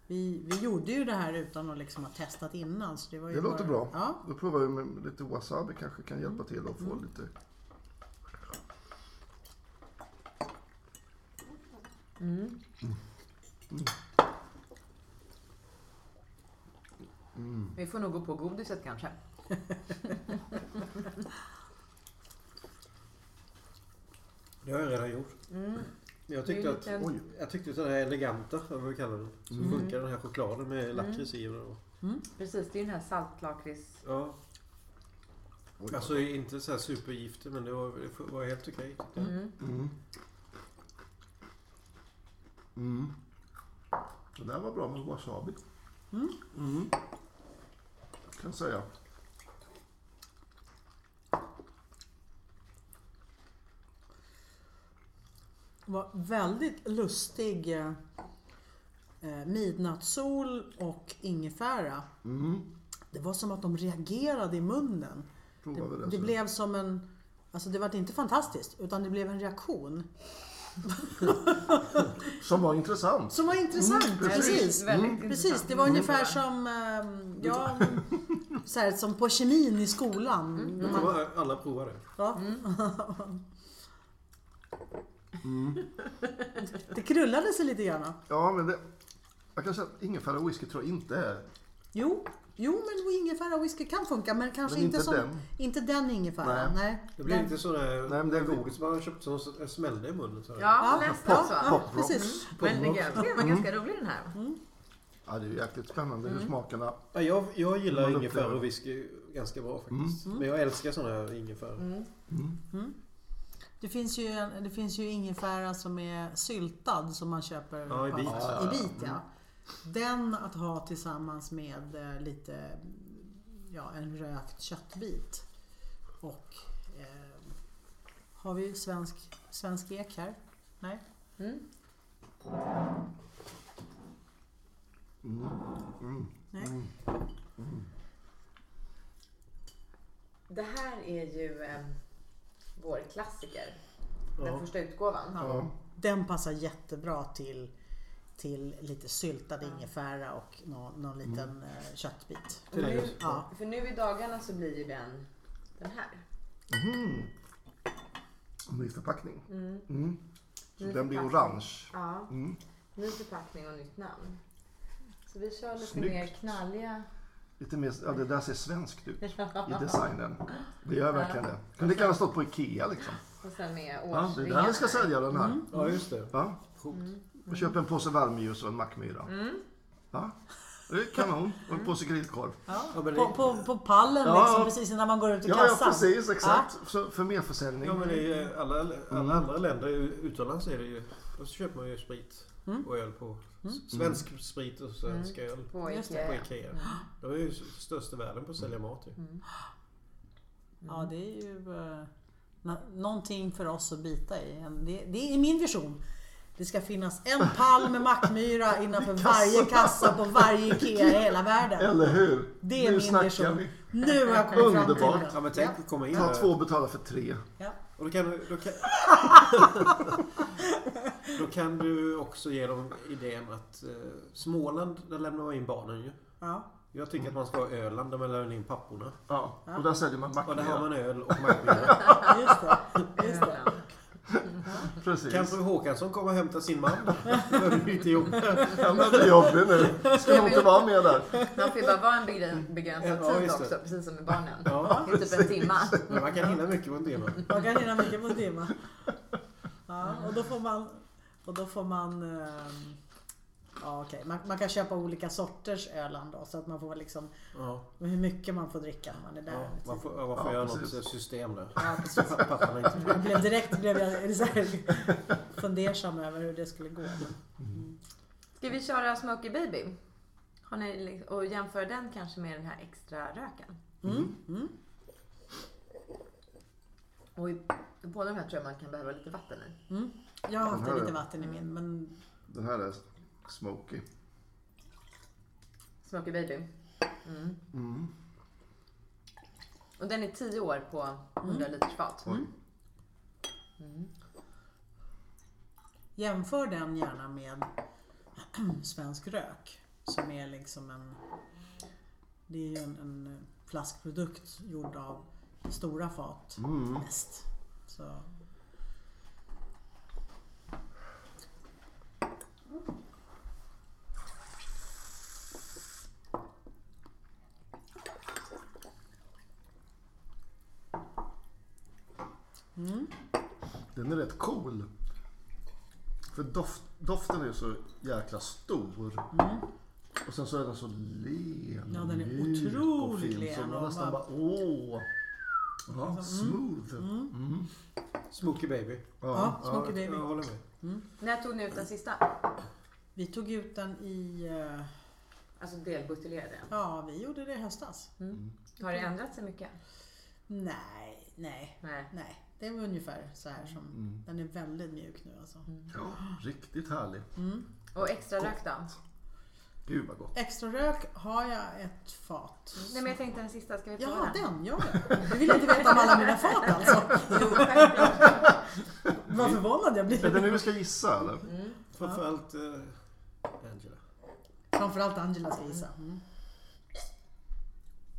Speaker 4: vi, vi gjorde ju det här utan att liksom ha testat innan. Så det var ju
Speaker 2: Det
Speaker 4: bara,
Speaker 2: låter bra.
Speaker 4: Ja,
Speaker 2: Då provar vi med lite wasabi kanske kan hjälpa till att få lite...
Speaker 3: Vi får nog gå på godiset kanske.
Speaker 5: Det har jag redan gjort. Jag tyckte att,
Speaker 3: Mm. Det är
Speaker 2: Oj,
Speaker 5: jag tyckte att den här eleganta, eller vad vi kallar den, så
Speaker 4: Mm.
Speaker 5: funkar den här chokladen med lakrits i. och-
Speaker 3: Precis, det är ju den här saltlakrits.
Speaker 5: Ja.
Speaker 2: Oj.
Speaker 5: Alltså inte så här supergiftig men det var, det var helt okej. tyckte jag.
Speaker 4: Mm.
Speaker 2: det där var bra med wasabi. Mm. Kan jag säga.
Speaker 4: det var väldigt lustig eh, eh, midnattssol och ingefära. Det var som att de reagerade i munnen.
Speaker 2: Provar vi
Speaker 4: Det,
Speaker 2: det,
Speaker 4: det
Speaker 2: så.
Speaker 4: blev som en... Alltså det var inte fantastiskt, utan det blev en reaktion.
Speaker 2: Som var intressant.
Speaker 4: Som var intressant, Mm, precis.
Speaker 3: Väldigt
Speaker 5: Mm.
Speaker 4: Precis,
Speaker 3: intressant.
Speaker 4: det var ungefär som, ehm, ja, så här, som på kemin i skolan.
Speaker 5: Jag tror att alla provar det.
Speaker 4: Ja. Det krullade sig lite grann.
Speaker 2: Ja, men det... Jag kan säga att ingefära och whisky tror jag inte är...
Speaker 4: Jo, jo men ingefära och whisky kan funka, men kanske
Speaker 2: Men
Speaker 4: inte,
Speaker 2: inte
Speaker 4: som,
Speaker 2: den.
Speaker 4: inte den ingefäran. Nej.
Speaker 5: Det blir
Speaker 4: Den-
Speaker 5: inte sån där
Speaker 2: Nej, men det är
Speaker 5: godis man har köpt som eh, smällde i munnen. Så här.
Speaker 3: Ja, nästan så.
Speaker 4: Ja, Mm. precis.
Speaker 3: Men det ganska- det var ganska rolig den här.
Speaker 2: Ja, det är ju jäkligt spännande hur smakerna...
Speaker 5: Ja, jag, jag gillar
Speaker 2: Man Mm.
Speaker 5: ingefära
Speaker 2: upplever.
Speaker 5: och whisky ganska bra faktiskt. Men jag älskar såna här ingefära.
Speaker 4: Mm. Det finns ju, en, det finns ju ingefära som är syltad som man köper
Speaker 5: Ja, Mm. i
Speaker 4: på
Speaker 5: bit.
Speaker 4: affär- i bit ja. Den att ha tillsammans med eh, lite, ja en rökt köttbit. Och eh, har vi svensk, svensk ek här? Nej? Nej?
Speaker 5: Mm.
Speaker 3: Det här är ju eh, vår klassiker. Den första utgåvan.
Speaker 2: Ja.
Speaker 4: Den passar jättebra till, till lite syltad ingefära och någon,
Speaker 2: Mm.
Speaker 4: någon liten eh, köttbit.
Speaker 5: Till det.
Speaker 4: Ja.
Speaker 3: För nu i dagarna så blir ju den den här.
Speaker 2: Mhm. En ny förpackning. Mm. Så den blir orange.
Speaker 3: Ja. Ny förpackning och nytt namn. Så vi kör lite
Speaker 2: Snyggt.
Speaker 3: mer knalliga.
Speaker 2: Lite mer, ja, det där ser svenskt ut i designen. Det gör verkligen det. Kunde lika gärna stått på IKEA liksom.
Speaker 3: Och sen med
Speaker 2: Ja, det är
Speaker 3: årsringen.
Speaker 2: där vi ska sälja den här.
Speaker 5: Ja, just det.
Speaker 2: Va?
Speaker 5: Coolt.
Speaker 2: Och köp en påse varmljus och en mackmyra. Va? Det är kanon. Och en påse grillkorv.
Speaker 5: Ja, men det,
Speaker 4: På, på, på pallen
Speaker 2: Ja.
Speaker 4: liksom, precis innan man går ut ur
Speaker 2: Ja,
Speaker 4: kassan.
Speaker 2: ja precis. Exakt. Så för mer försäljning.
Speaker 5: ja, men det är eh, alla, alla andra länder u- utomlands är det ju. Och så köper man ju sprit och öl på. s- Svensk sprit och svensk öl.
Speaker 3: På
Speaker 4: Just
Speaker 5: På
Speaker 3: Ikea.
Speaker 5: Ikea. De är ju s- störst i världen på att sälja mat ju.
Speaker 4: Ja, det är ju eh, nå- någonting för oss att bita i. En- Det, det är min vision. Det ska finnas en pall med mackmyra innanför varje kassa på varje IKEA i hela världen.
Speaker 2: Eller hur?
Speaker 4: Det är
Speaker 2: nu
Speaker 4: min
Speaker 2: snackar
Speaker 4: vision.
Speaker 2: vi.
Speaker 4: Nu har jag kommit fram till
Speaker 2: Underbart.
Speaker 4: den.
Speaker 5: Ja, men tänk att komma in
Speaker 2: Ta två
Speaker 5: där.
Speaker 2: och betala för tre.
Speaker 4: Ja.
Speaker 5: Och då kan, du- då, kan, då kan du också ge dem idén att eh, Småland, där lämnar man in barnen ju.
Speaker 4: Ja.
Speaker 5: Jag tycker att man ska ha Öland där man lämnar in papporna.
Speaker 2: Ja. Och där säljer man
Speaker 5: Och där
Speaker 2: mackmyra.
Speaker 5: har man öl och mackmyra.
Speaker 4: Just det. Just det.
Speaker 5: Kan
Speaker 2: Precis.
Speaker 5: fru Håkansson komma och hämta sin man? För du är inte jobbar.
Speaker 2: Han blir jobbig nu. Ska nog inte vara med där.
Speaker 3: Man får ju bara vara en begräns- begränsad
Speaker 5: Ja,
Speaker 3: tid
Speaker 5: just det.
Speaker 3: också, precis som med barnen.
Speaker 5: Ja,
Speaker 3: det är typ en timma.
Speaker 5: Men man kan hinna mycket på en timme.
Speaker 4: Man kan hinna mycket på en timme. Ja, och då får man... Och då får man ehm, ja, okej. man, man kan köpa olika sorters Öland då, så att man får liksom
Speaker 5: Ja,
Speaker 4: hur mycket man får dricka när man är där.
Speaker 5: ja. Man får, ja, man
Speaker 2: Ja,
Speaker 5: får göra något
Speaker 2: precis.
Speaker 5: system där.
Speaker 4: Ja, precis.
Speaker 5: Pappan är inte
Speaker 4: Jag blev direkt blev jag så här, fundersam över hur det skulle gå.
Speaker 3: Ska vi köra Smokey Baby? Har ni, li- och jämföra den kanske med den här extra röken? Och i, båda de här tror jag man kan behöva lite vatten i.
Speaker 4: Jag har haft
Speaker 2: här
Speaker 4: lite
Speaker 2: är-
Speaker 4: vatten i min, men
Speaker 2: Den här är smoky.
Speaker 3: Smokey Baby. Mm. Och den är 10 år på 100 liters fat.
Speaker 4: jämför den gärna med svensk rök som är liksom en... Det är ju en, en flaskprodukt gjord av stora fat mest. Så,
Speaker 2: Den är rätt cool. För doft, doften är ju så jäkla stor. Och sen så är den så len
Speaker 4: Mm. Ja, den är
Speaker 2: mjuk och fin,
Speaker 4: otroligt
Speaker 2: Så
Speaker 4: len
Speaker 2: man
Speaker 4: och mm.
Speaker 2: nästan
Speaker 4: bara-
Speaker 2: bara åh. Ja, smooth.
Speaker 5: Smokey baby.
Speaker 4: Mm. ja,
Speaker 2: Ja,
Speaker 4: Smokey
Speaker 5: Jag
Speaker 4: Baby.
Speaker 5: håller med.
Speaker 3: När tog ni ut den sista?
Speaker 4: Vi tog ut den i... eh,
Speaker 3: Alltså delbuteljerade.
Speaker 4: Ja, vi gjorde det i höstas.
Speaker 3: Har det ändrat sig mycket?
Speaker 4: Nej, nej,
Speaker 3: Nej.
Speaker 4: nej. Det var ungefär så här som... Den är
Speaker 2: Mm.
Speaker 4: väldigt mjuk nu alltså.
Speaker 2: ja, riktigt härlig.
Speaker 3: Och extra rök då?
Speaker 2: Gud vad gott.
Speaker 4: Extra rök har jag ett fat.
Speaker 3: Nej men jag tänkte den sista, ska vi prova
Speaker 4: Ja,
Speaker 3: den?
Speaker 4: den. Ja, ja. Du vill inte veta om alla mina fat alltså?
Speaker 3: Jo, självklart.
Speaker 4: Vad förvånad jag
Speaker 2: Är det
Speaker 4: blir.
Speaker 2: nu vi ska gissa eller?
Speaker 4: Mm.
Speaker 5: Framförallt eh, Angela.
Speaker 4: Framförallt Angela ska gissa. Mm.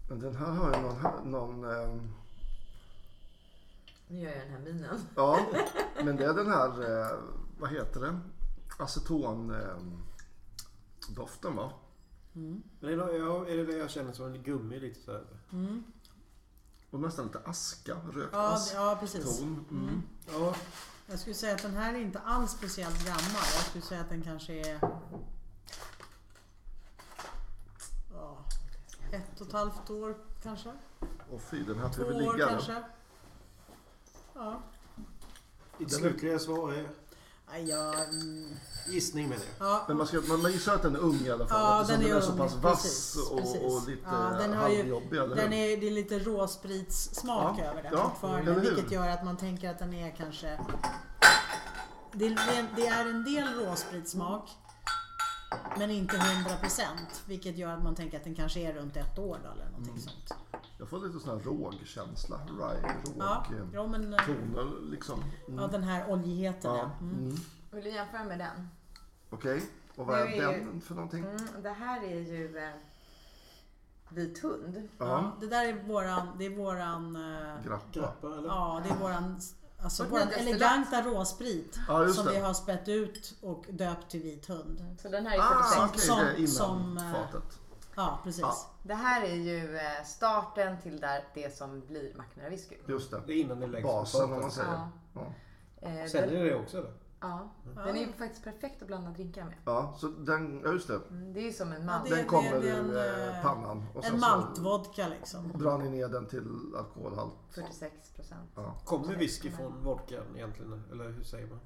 Speaker 2: Men Den här har ju någon... någon ehm,
Speaker 3: Nu gör jag den här minen.
Speaker 2: ja, men det är den här... Eh, vad heter det? Aceton... ehm, doften va?
Speaker 5: Men det är, nog- jag, är det det jag känner som en gummi lite så här?
Speaker 2: Och nästan lite aska. Rökt
Speaker 4: Ja,
Speaker 2: ask.
Speaker 4: ja, precis.
Speaker 2: Ton. Mm.
Speaker 5: Ja,
Speaker 4: Jag skulle säga att den här är inte alls speciellt gammal. Jag skulle säga att den kanske är... Ja, ett och ett halvt år kanske?
Speaker 2: Och fy, den här
Speaker 4: Två
Speaker 2: tror jag vi
Speaker 4: år
Speaker 2: ligga den.
Speaker 4: kanske? Ja.
Speaker 5: ditt slutliga svar är
Speaker 4: Nej, jag... mm,
Speaker 5: gissning menar jag.
Speaker 4: Ja,
Speaker 2: Men man, ska, man, man gissar att den är ung i alla fall.
Speaker 4: Ja,
Speaker 2: eftersom
Speaker 4: den är
Speaker 2: Alltså, så
Speaker 4: ung.
Speaker 2: pass vass
Speaker 4: Precis,
Speaker 2: och,
Speaker 4: precis.
Speaker 2: och lite
Speaker 4: Ja, den har ju-
Speaker 2: halvjobbig, eller
Speaker 4: Den
Speaker 2: hur?
Speaker 4: är, det är lite råspritssmak
Speaker 2: Ja,
Speaker 4: över den
Speaker 2: ja,
Speaker 4: fortfarande.
Speaker 2: eller hur?
Speaker 4: Vilket gör att man tänker att den är kanske... Det, är- det är en del råspritssmak. Men inte 100% vilket gör att man tänker att den kanske är runt ett år då, eller någonting
Speaker 2: Mm.
Speaker 4: sånt.
Speaker 2: Jag får lite sån här rågkänsla. Rye, råg.
Speaker 4: Ja,
Speaker 2: eh,
Speaker 4: ja, men,
Speaker 2: Toner liksom.
Speaker 4: ja, den här oljigheten ja.
Speaker 2: Ja. Mm.
Speaker 3: Vill du jämföra med den?
Speaker 2: Okej, och vad är
Speaker 3: Nu är ju-
Speaker 2: den för någonting?
Speaker 3: Mm, det här är ju eh, vit hund.
Speaker 2: Ja,
Speaker 4: Det där är våran, det är våran, eh,
Speaker 2: grappa.
Speaker 5: Grappa eller?
Speaker 4: ja det är våran, alltså
Speaker 3: Vårt
Speaker 4: våran
Speaker 3: nya destillat.
Speaker 4: eleganta råsprit.
Speaker 2: Ja, just
Speaker 4: som vi
Speaker 2: det.
Speaker 4: har spett ut och döpt till vit hund.
Speaker 3: Så den här är
Speaker 2: Ah,
Speaker 3: 46.
Speaker 2: okej,
Speaker 4: som-
Speaker 2: det är innan
Speaker 4: som, eh,
Speaker 2: fatet.
Speaker 4: Ja, precis.
Speaker 2: Ja.
Speaker 3: Det här är ju eh, starten till där, det som blir Mackmyra whisky.
Speaker 2: Just
Speaker 5: Det
Speaker 2: det.
Speaker 5: är innan det läggs på
Speaker 2: Basen om man
Speaker 5: fatet.
Speaker 2: säger.
Speaker 3: Ja.
Speaker 2: Ja.
Speaker 3: Eh,
Speaker 5: Säljer
Speaker 3: den,
Speaker 5: ni det också eller?
Speaker 3: ja. den är ju faktiskt perfekt att blanda drinkar med.
Speaker 2: Ja, så den, ja, just det.
Speaker 3: Mm, Det är ju som en
Speaker 4: Ja,
Speaker 3: man.
Speaker 4: det-
Speaker 2: Den kommer
Speaker 4: det är en,
Speaker 2: ur eh,
Speaker 4: eh,
Speaker 2: pannan. Och
Speaker 4: En
Speaker 2: sen
Speaker 4: maltvodka liksom.
Speaker 2: så drar ni ner den till alkoholhalt.
Speaker 3: 46 procent.
Speaker 5: Kommer whisky från vodkan egentligen? Eller hur säger man?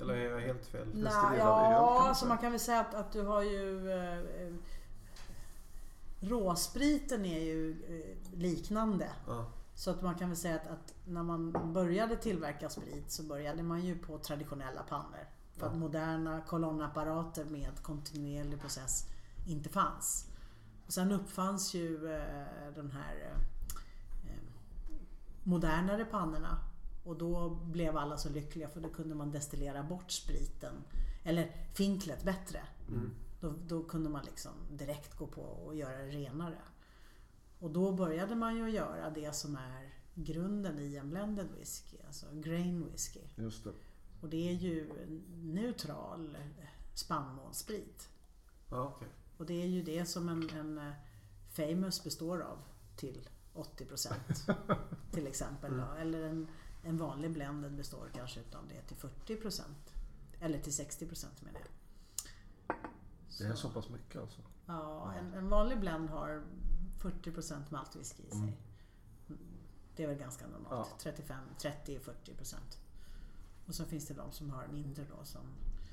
Speaker 5: Eller är jag helt fel?
Speaker 4: Nej,
Speaker 2: Destillerad öl,
Speaker 4: ja,
Speaker 2: kan man
Speaker 4: så
Speaker 2: säga.
Speaker 4: man kan väl säga att, att du har ju... Eh, eh, råspriten är ju eh, liknande.
Speaker 5: Ja.
Speaker 4: Så att man kan väl säga att, att när man började tillverka sprit så började man ju på traditionella pannor. För att moderna kolonnapparater med kontinuerlig process inte fanns. Och sen uppfanns ju eh, den här eh, eh, modernare pannorna. Och då blev alla så lyckliga för då kunde man destillera bort spriten, eller finklet bättre. Då, då kunde man liksom direkt gå på och göra det renare. Och då började man ju göra det som är grunden i en blended whisky, alltså grain whisky.
Speaker 2: Just det.
Speaker 4: Och det är ju neutral spannmålssprit.
Speaker 5: Ja, okej.
Speaker 4: Och det är ju det som en, en eh, famous består av till 80% till exempel. Då. Eller en, en vanlig blended består kanske utav det till 40% eller till 60% menar jag.
Speaker 2: Det är så pass mycket alltså.
Speaker 4: Ja, en, en vanlig blend har 40% maltwhisky i sig.
Speaker 2: Mm.
Speaker 4: Det är väl ganska normalt. 35, 30-40%. Och så finns det de som har mindre då som,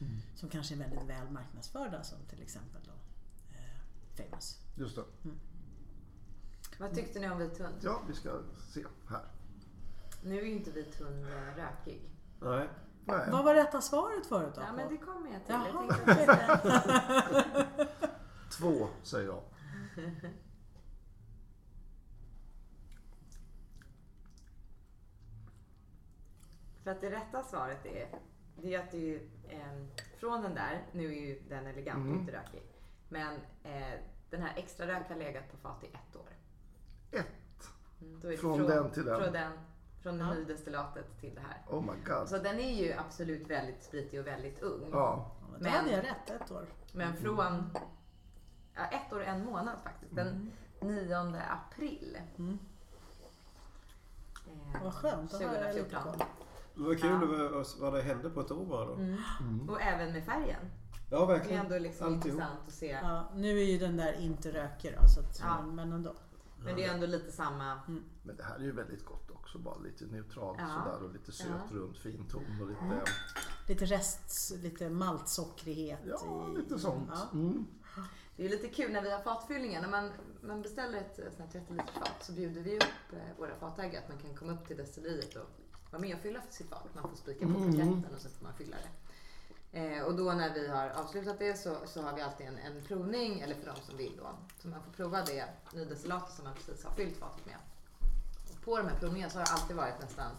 Speaker 2: Mm.
Speaker 4: som kanske är väldigt väl marknadsförda som till exempel då eh, Famous.
Speaker 2: Just det.
Speaker 3: Vad tyckte ni om vit hund?
Speaker 2: Ja, vi ska se här.
Speaker 3: Nu är ju inte vit hund eh, rökig.
Speaker 5: Nej.
Speaker 2: Nej.
Speaker 4: Vad var rätta svaret förut då?
Speaker 3: Ja, men det kommer jag till.
Speaker 4: Jaha.
Speaker 3: Jag tänkte att jag skulle-
Speaker 2: Två säger jag.
Speaker 3: För att det rätta svaret är, det är att det är ju, ehm, från den där, nu är ju den elegant
Speaker 2: Mm.
Speaker 3: och inte rökig, men eh, den här extra rök har legat på fat i ett år.
Speaker 2: Ett.
Speaker 3: Då är det
Speaker 2: Från den till den.
Speaker 3: Från, den, från det nydestillatet till det här.
Speaker 2: Oh my god.
Speaker 3: Så den är ju absolut väldigt spritig och väldigt ung.
Speaker 2: Ja.
Speaker 4: Då
Speaker 3: Men,
Speaker 4: hade jag rätt ett år.
Speaker 3: men från ja, ett år och en månad faktiskt, den 9 april. Eh,
Speaker 4: Vad skönt, då har jag lite
Speaker 3: 2014.
Speaker 4: koll.
Speaker 5: Men vad kul vad, vad det hände på ett år bara då.
Speaker 3: Och även med färgen.
Speaker 5: Ja,
Speaker 3: Det är
Speaker 5: verkligen.
Speaker 3: ändå liksom
Speaker 5: Mm. Alltihop.
Speaker 3: intressant att se.
Speaker 4: Ja, nu är ju den där inte röker då, så att,
Speaker 3: Ja.
Speaker 4: men, men ändå.
Speaker 3: Men det är ändå lite samma.
Speaker 2: Men det här är ju väldigt gott också. Bara lite neutralt
Speaker 3: Ja. Mm.
Speaker 2: sådär och lite söt runt fin ton och lite,
Speaker 4: Lite rest, lite maltsockrighet
Speaker 2: ja,
Speaker 4: i...
Speaker 2: lite sånt.
Speaker 4: Ja.
Speaker 2: Mm.
Speaker 3: Det är lite kul när vi har fatfyllningar. När man, man beställer ett eh, sånt här 30 liters fat så bjuder vi upp eh, våra fatägare att man kan komma upp till destilleriet och vara med och fylla sitt fat. Man får spika på etiketten och så får man fylla det. Eh, och då när vi har avslutat det så, så har vi alltid en, en provning, eller för de som vill då, så man får prova det nydelselatet som man precis har fyllt fatet med. Och på de här provningarna så har det alltid varit nästan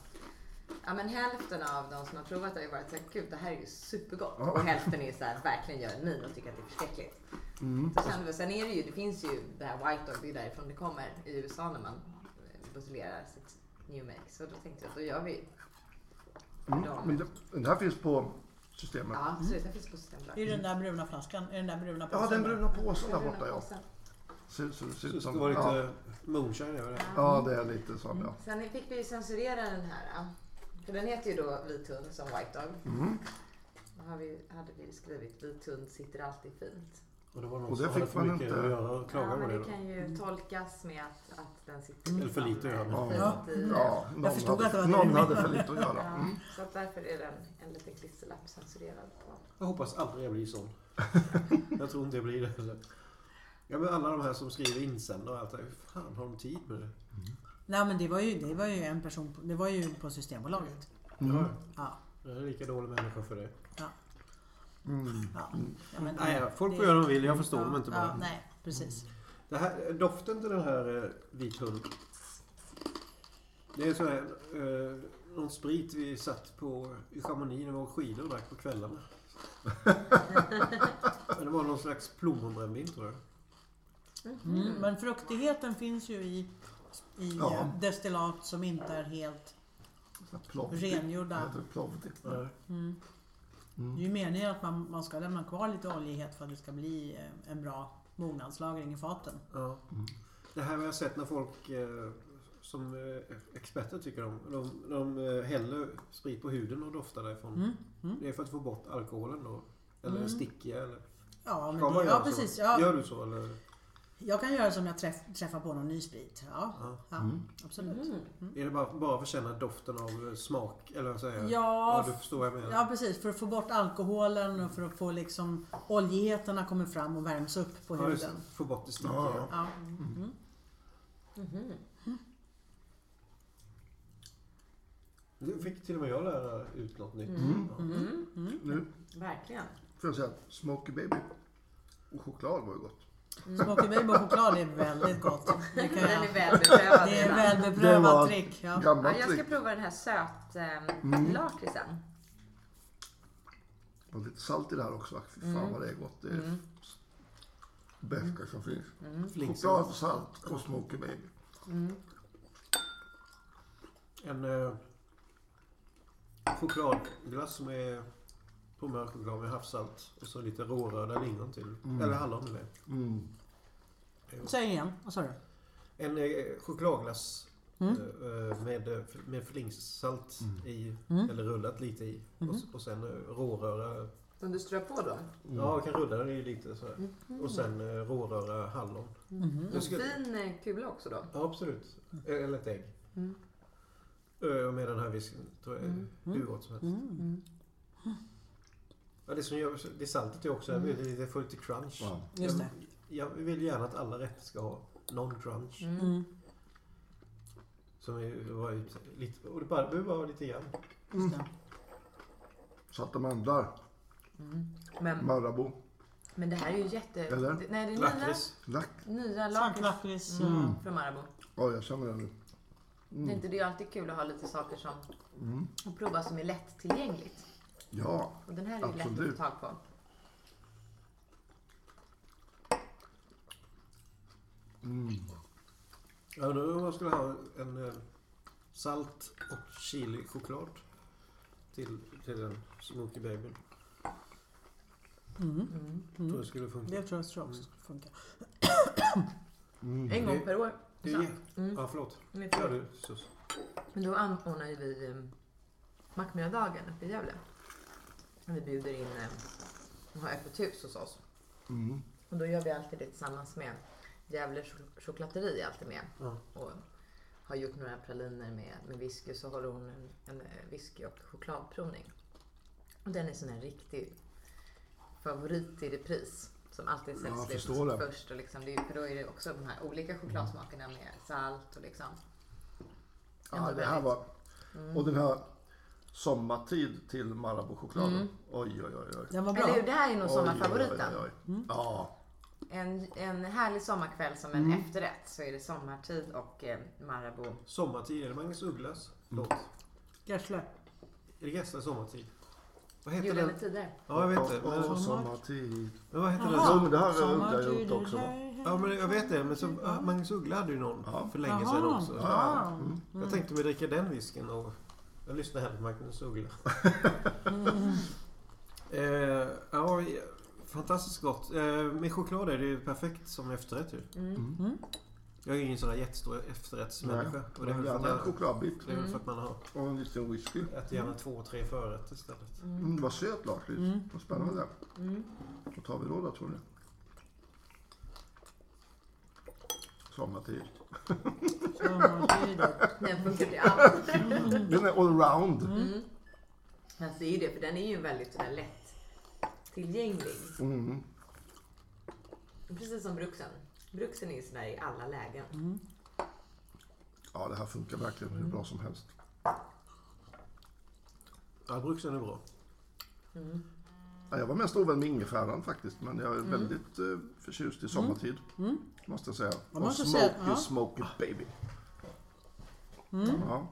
Speaker 3: Ja men hälften av de som har provat det har ju varit såhär, gud det här är ju supergott. Och hälften är såhär, verkligen gör en min och tycker att det är förskräckligt. Så kände vi, sen är det ju, det finns ju det här White Dog, det är ju därifrån det kommer i USA när man eh, buteljerar sitt New Make. Så då tänkte jag att då gör vi
Speaker 2: Mm. Men det, den här finns på systemet.
Speaker 5: Mm.
Speaker 3: Ja, absolut. Den finns på Systembolaget.
Speaker 4: Det är ju den där bruna flaskan, är den där bruna
Speaker 2: Ja, den
Speaker 4: påsen.
Speaker 2: bruna påsen där
Speaker 3: Bruna
Speaker 2: borta ja.
Speaker 3: påsen.
Speaker 2: Ser, ser, ser
Speaker 5: Det
Speaker 2: ut
Speaker 5: ska
Speaker 2: som...
Speaker 5: vara
Speaker 2: Ja,
Speaker 5: lite moonshine över det.
Speaker 2: ja, det är lite så. Ja.
Speaker 3: Sen fick vi ju censurera den här. För den heter ju då Vitun som White Dog.
Speaker 5: Mm.
Speaker 3: Då har vi, hade vi skrivit Vitun sitter alltid fint.
Speaker 5: Och det var någon
Speaker 2: Och det
Speaker 5: som hade
Speaker 2: fick
Speaker 5: för
Speaker 2: man
Speaker 5: mycket
Speaker 2: inte-
Speaker 5: att göra och
Speaker 3: Ja,
Speaker 5: klagade
Speaker 3: men
Speaker 5: på det.
Speaker 3: det
Speaker 5: Då.
Speaker 3: kan ju tolkas med att, att den sitter
Speaker 5: Eller för
Speaker 3: liksom,
Speaker 5: lite att göra.
Speaker 3: eh,
Speaker 2: Ja.
Speaker 3: fint i-
Speaker 2: Ja, någon
Speaker 4: förstod
Speaker 2: hade,
Speaker 4: att det var det du
Speaker 2: någon
Speaker 4: menade.
Speaker 2: hade för lite att göra.
Speaker 3: Ja,
Speaker 2: Mm.
Speaker 3: Så att därför är den en liten klisterlapp censurerad på.
Speaker 5: Jag hoppas aldrig jag blir sån. jag tror inte jag blir det heller. Ja, men alla de här som skriver insändare och allt det där, hur fan har de tid med det?
Speaker 4: Nej men det var ju, det var ju en person, på- det var ju på Systembolaget.
Speaker 2: Mm.
Speaker 5: Ja,
Speaker 4: Ja.
Speaker 5: jag är lika dålig människa för det.
Speaker 4: Ja. Ja. Ja, men det-
Speaker 5: Nej, ja, folk får
Speaker 4: det-
Speaker 5: göra vad de vill, jag förstår
Speaker 4: ja,
Speaker 5: dem inte
Speaker 4: ja,
Speaker 5: bara.
Speaker 4: Nej, precis.
Speaker 5: Det här, doften till den här eh, vit hund. Det är så här, eh, någon sprit vi satt på i Chamonix när vi åkte skidor och drack på kvällarna. Men det var någon slags plommonbrännvin tror jag.
Speaker 4: Mm. Men fruktigheten finns ju i, i
Speaker 2: Ja.
Speaker 4: eh, destillat som inte är helt
Speaker 2: Så här Plovdiv.
Speaker 4: Rengjorda.
Speaker 2: Heter det Plovdiv?
Speaker 5: Nej.
Speaker 4: Det är ju meningen att man, man ska lämna kvar lite oljighet för att det ska bli eh, en bra mognadslagring i faten.
Speaker 5: Ja. Det här har jag sett när folk eh, som eh, experter tycker om. De, de eh, häller sprit på huden och doftar därifrån.
Speaker 4: Mm,
Speaker 5: Det är för att få bort alkoholen då. Eller den stickiga. Eller.
Speaker 4: Ja, men
Speaker 5: Ska man
Speaker 4: det,
Speaker 5: göra
Speaker 4: ja
Speaker 5: så?
Speaker 4: precis. Ja,
Speaker 5: Gör du så eller?
Speaker 4: jag kan göra som jag träff, träffar på någon ny sprit. Ja,
Speaker 5: Ja. Mm.
Speaker 4: ja absolut.
Speaker 5: Är det bara, bara för att känna doften av eh, smak? Eller vad säger jag?
Speaker 4: Ja,
Speaker 5: ja, du förstår vad jag menar.
Speaker 4: Ja precis, för att få bort alkoholen och för att få liksom oljigheterna kommer fram och värms upp på
Speaker 5: Ja, just det.
Speaker 4: huden.
Speaker 5: Få bort det stickiga.
Speaker 2: Ja,
Speaker 4: Ja.
Speaker 5: Det fick till och med jag lära ut något nytt.
Speaker 4: Mm,
Speaker 5: Mm. Ja.
Speaker 2: Nu
Speaker 3: Verkligen.
Speaker 2: får jag säga att Smoky Baby och choklad var ju gott.
Speaker 4: Smoky Baby och choklad är väldigt gott. Det, kan
Speaker 3: Den
Speaker 4: jag,
Speaker 3: är välbeprövad.
Speaker 4: det är
Speaker 3: redan.
Speaker 4: en
Speaker 2: Det var
Speaker 4: välbeprövat trick. Ja.
Speaker 3: Ja,
Speaker 2: Gammalt
Speaker 3: jag ska
Speaker 2: trick.
Speaker 3: prova den här söt eh, lakritsen.
Speaker 2: Och lite salt i det här också. va? Fy fan vad det är gott. Det är det bästa som finns. Choklad, salt och Smoky Baby.
Speaker 5: En eh, chokladglass med på mörk choklad med havssalt och så lite råröda lingon till. Eller hallon med.
Speaker 2: Mm,
Speaker 4: Säg igen, vad sa du?
Speaker 5: En eh, chokladglass
Speaker 4: Mm.
Speaker 5: eh, med, med flingssalt i,
Speaker 4: Mm.
Speaker 5: eller rullat lite i. Och,
Speaker 4: Mm-hmm.
Speaker 5: s- och sen eh, råröra,
Speaker 3: Som du strör på då.
Speaker 5: ja jag kan rulla den i lite sådär. Och sen eh, råröra hallon.
Speaker 3: En
Speaker 5: Jag skulle-
Speaker 3: fin eh, kula också då.
Speaker 5: Ja, absolut. Eh, Eller ett ägg. Ö, och Med den här whiskyn. Tror jag, Hur gott som helst. Ja, det, som gör, det saltet är också, mm. det, det får lite crunch.
Speaker 2: Ja.
Speaker 4: Just det.
Speaker 5: Jag, jag vill gärna att alla rätter ska ha någon crunch. Som är, var ju lite, och det bara- det behöver bara vara lite grann.
Speaker 2: Salta mandlar.
Speaker 3: Men,
Speaker 2: Marabou.
Speaker 3: men det här är ju jätte...
Speaker 2: Eller?
Speaker 3: Det, nej, det är nya,
Speaker 5: Lakrits.
Speaker 2: Lack.
Speaker 3: nya lakrits
Speaker 4: Sandlakrits.
Speaker 3: från Marabou.
Speaker 2: Ja, jag känner det nu.
Speaker 3: Det är inte det är alltid kul att ha lite saker som att prova som är lättillgängligt.
Speaker 2: Ja,
Speaker 3: Och den här är ju lätt att få
Speaker 2: Absolut.
Speaker 3: tag på.
Speaker 5: Jag undrar om man skulle ha en eh, salt och chili choklad till, till den smoky babyn. Tror det skulle funka.
Speaker 4: Mm. Det tror jag tror jag också skulle funka.
Speaker 3: En gång per år.
Speaker 5: Det är,
Speaker 4: Mm.
Speaker 5: Ja, förlåt.
Speaker 3: Men
Speaker 5: Ja, du, sus.
Speaker 3: Men då anordnar ju vi eh, Mackmyra-dagen uppe i Gävle. Och Vi bjuder in eh, och har öppet hus hos oss.
Speaker 2: Mm.
Speaker 3: Och då gör vi alltid det tillsammans med Gävle chok- chokladeri är alltid med. Och har gjort några praliner med, med whisky så håller hon en, en eh, whisky och chokladprovning. Och den är sån här riktig favorit i repris. Som alltid
Speaker 2: Ja, jag
Speaker 3: säljs
Speaker 2: förstår
Speaker 3: slut
Speaker 2: det.
Speaker 3: först. Och liksom, det är, för då är det också de här olika chokladsmakerna med salt och liksom.
Speaker 2: Ja, det här var... Och den här sommartid till Marabou-chokladen. Oj, oj, oj. oj.
Speaker 4: Den var
Speaker 3: Eller
Speaker 4: bra.
Speaker 3: hur? Det här är nog
Speaker 2: Oj,
Speaker 3: sommarfavoriten.
Speaker 2: oj, oj, oj. Ja,
Speaker 3: En, en härlig sommarkväll som
Speaker 5: Mm.
Speaker 3: en efterrätt så är det sommartid och eh, Marabou.
Speaker 5: Sommartid, är det Magnus Ugglas låt?
Speaker 4: Gässle.
Speaker 5: Är det Gästa sommartid? Vad heter
Speaker 3: Gyllene
Speaker 5: den?
Speaker 3: tider.
Speaker 5: Ja, jag vet inte. Men,
Speaker 2: Åh, sommartid.
Speaker 5: men vad heter den?
Speaker 2: Jo, men det här har Uggla
Speaker 4: Sommartid
Speaker 2: gjort också. va?
Speaker 4: här.
Speaker 5: Ja, men jag vet det. Men så, ja, Magnus Uggla hade ju någon för länge sedan
Speaker 4: Jaha.
Speaker 5: också.
Speaker 2: Ja. Mm.
Speaker 5: Jag tänkte mig dricka den whisken och jag lyssnar hellre på Magnus Uggla. eh, ja, fantastiskt gott. Eh, med choklad är det ju perfekt som efterrätt ju. Jag är ingen sån där jättestor efterrättsmänniska. Och det är väl för att
Speaker 2: Gärna en
Speaker 5: jag-
Speaker 2: chokladbit
Speaker 5: det är väl för att man har
Speaker 2: och en liten whisky.
Speaker 5: ätit gärna två, tre förrätter istället.
Speaker 2: Mm, vad söt lakrits.
Speaker 3: Mm.
Speaker 2: Vad spännande. Vad tar vi då, då tror ni? Sommartid.
Speaker 4: Sommartid.
Speaker 3: Den funkar till allt. Mm.
Speaker 2: Den är allround.
Speaker 3: Men det är ju det, för den är ju väldigt sådär lätt tillgänglig.
Speaker 2: Mm.
Speaker 3: Precis som bruksen. Bruksen är ju sådär i alla lägen.
Speaker 5: Mm.
Speaker 2: Ja, det här funkar verkligen hur bra som helst.
Speaker 5: Ja, bruksen är bra.
Speaker 2: Ja, Jag var mest ovän med ingefäran faktiskt, men jag är
Speaker 3: Mm.
Speaker 2: väldigt eh, förtjust i sommartid. Måste jag säga.
Speaker 4: Jag
Speaker 2: och
Speaker 4: måste
Speaker 2: smoke
Speaker 4: säga- ja.
Speaker 2: you smoke it baby.
Speaker 3: Mm.
Speaker 2: Ja.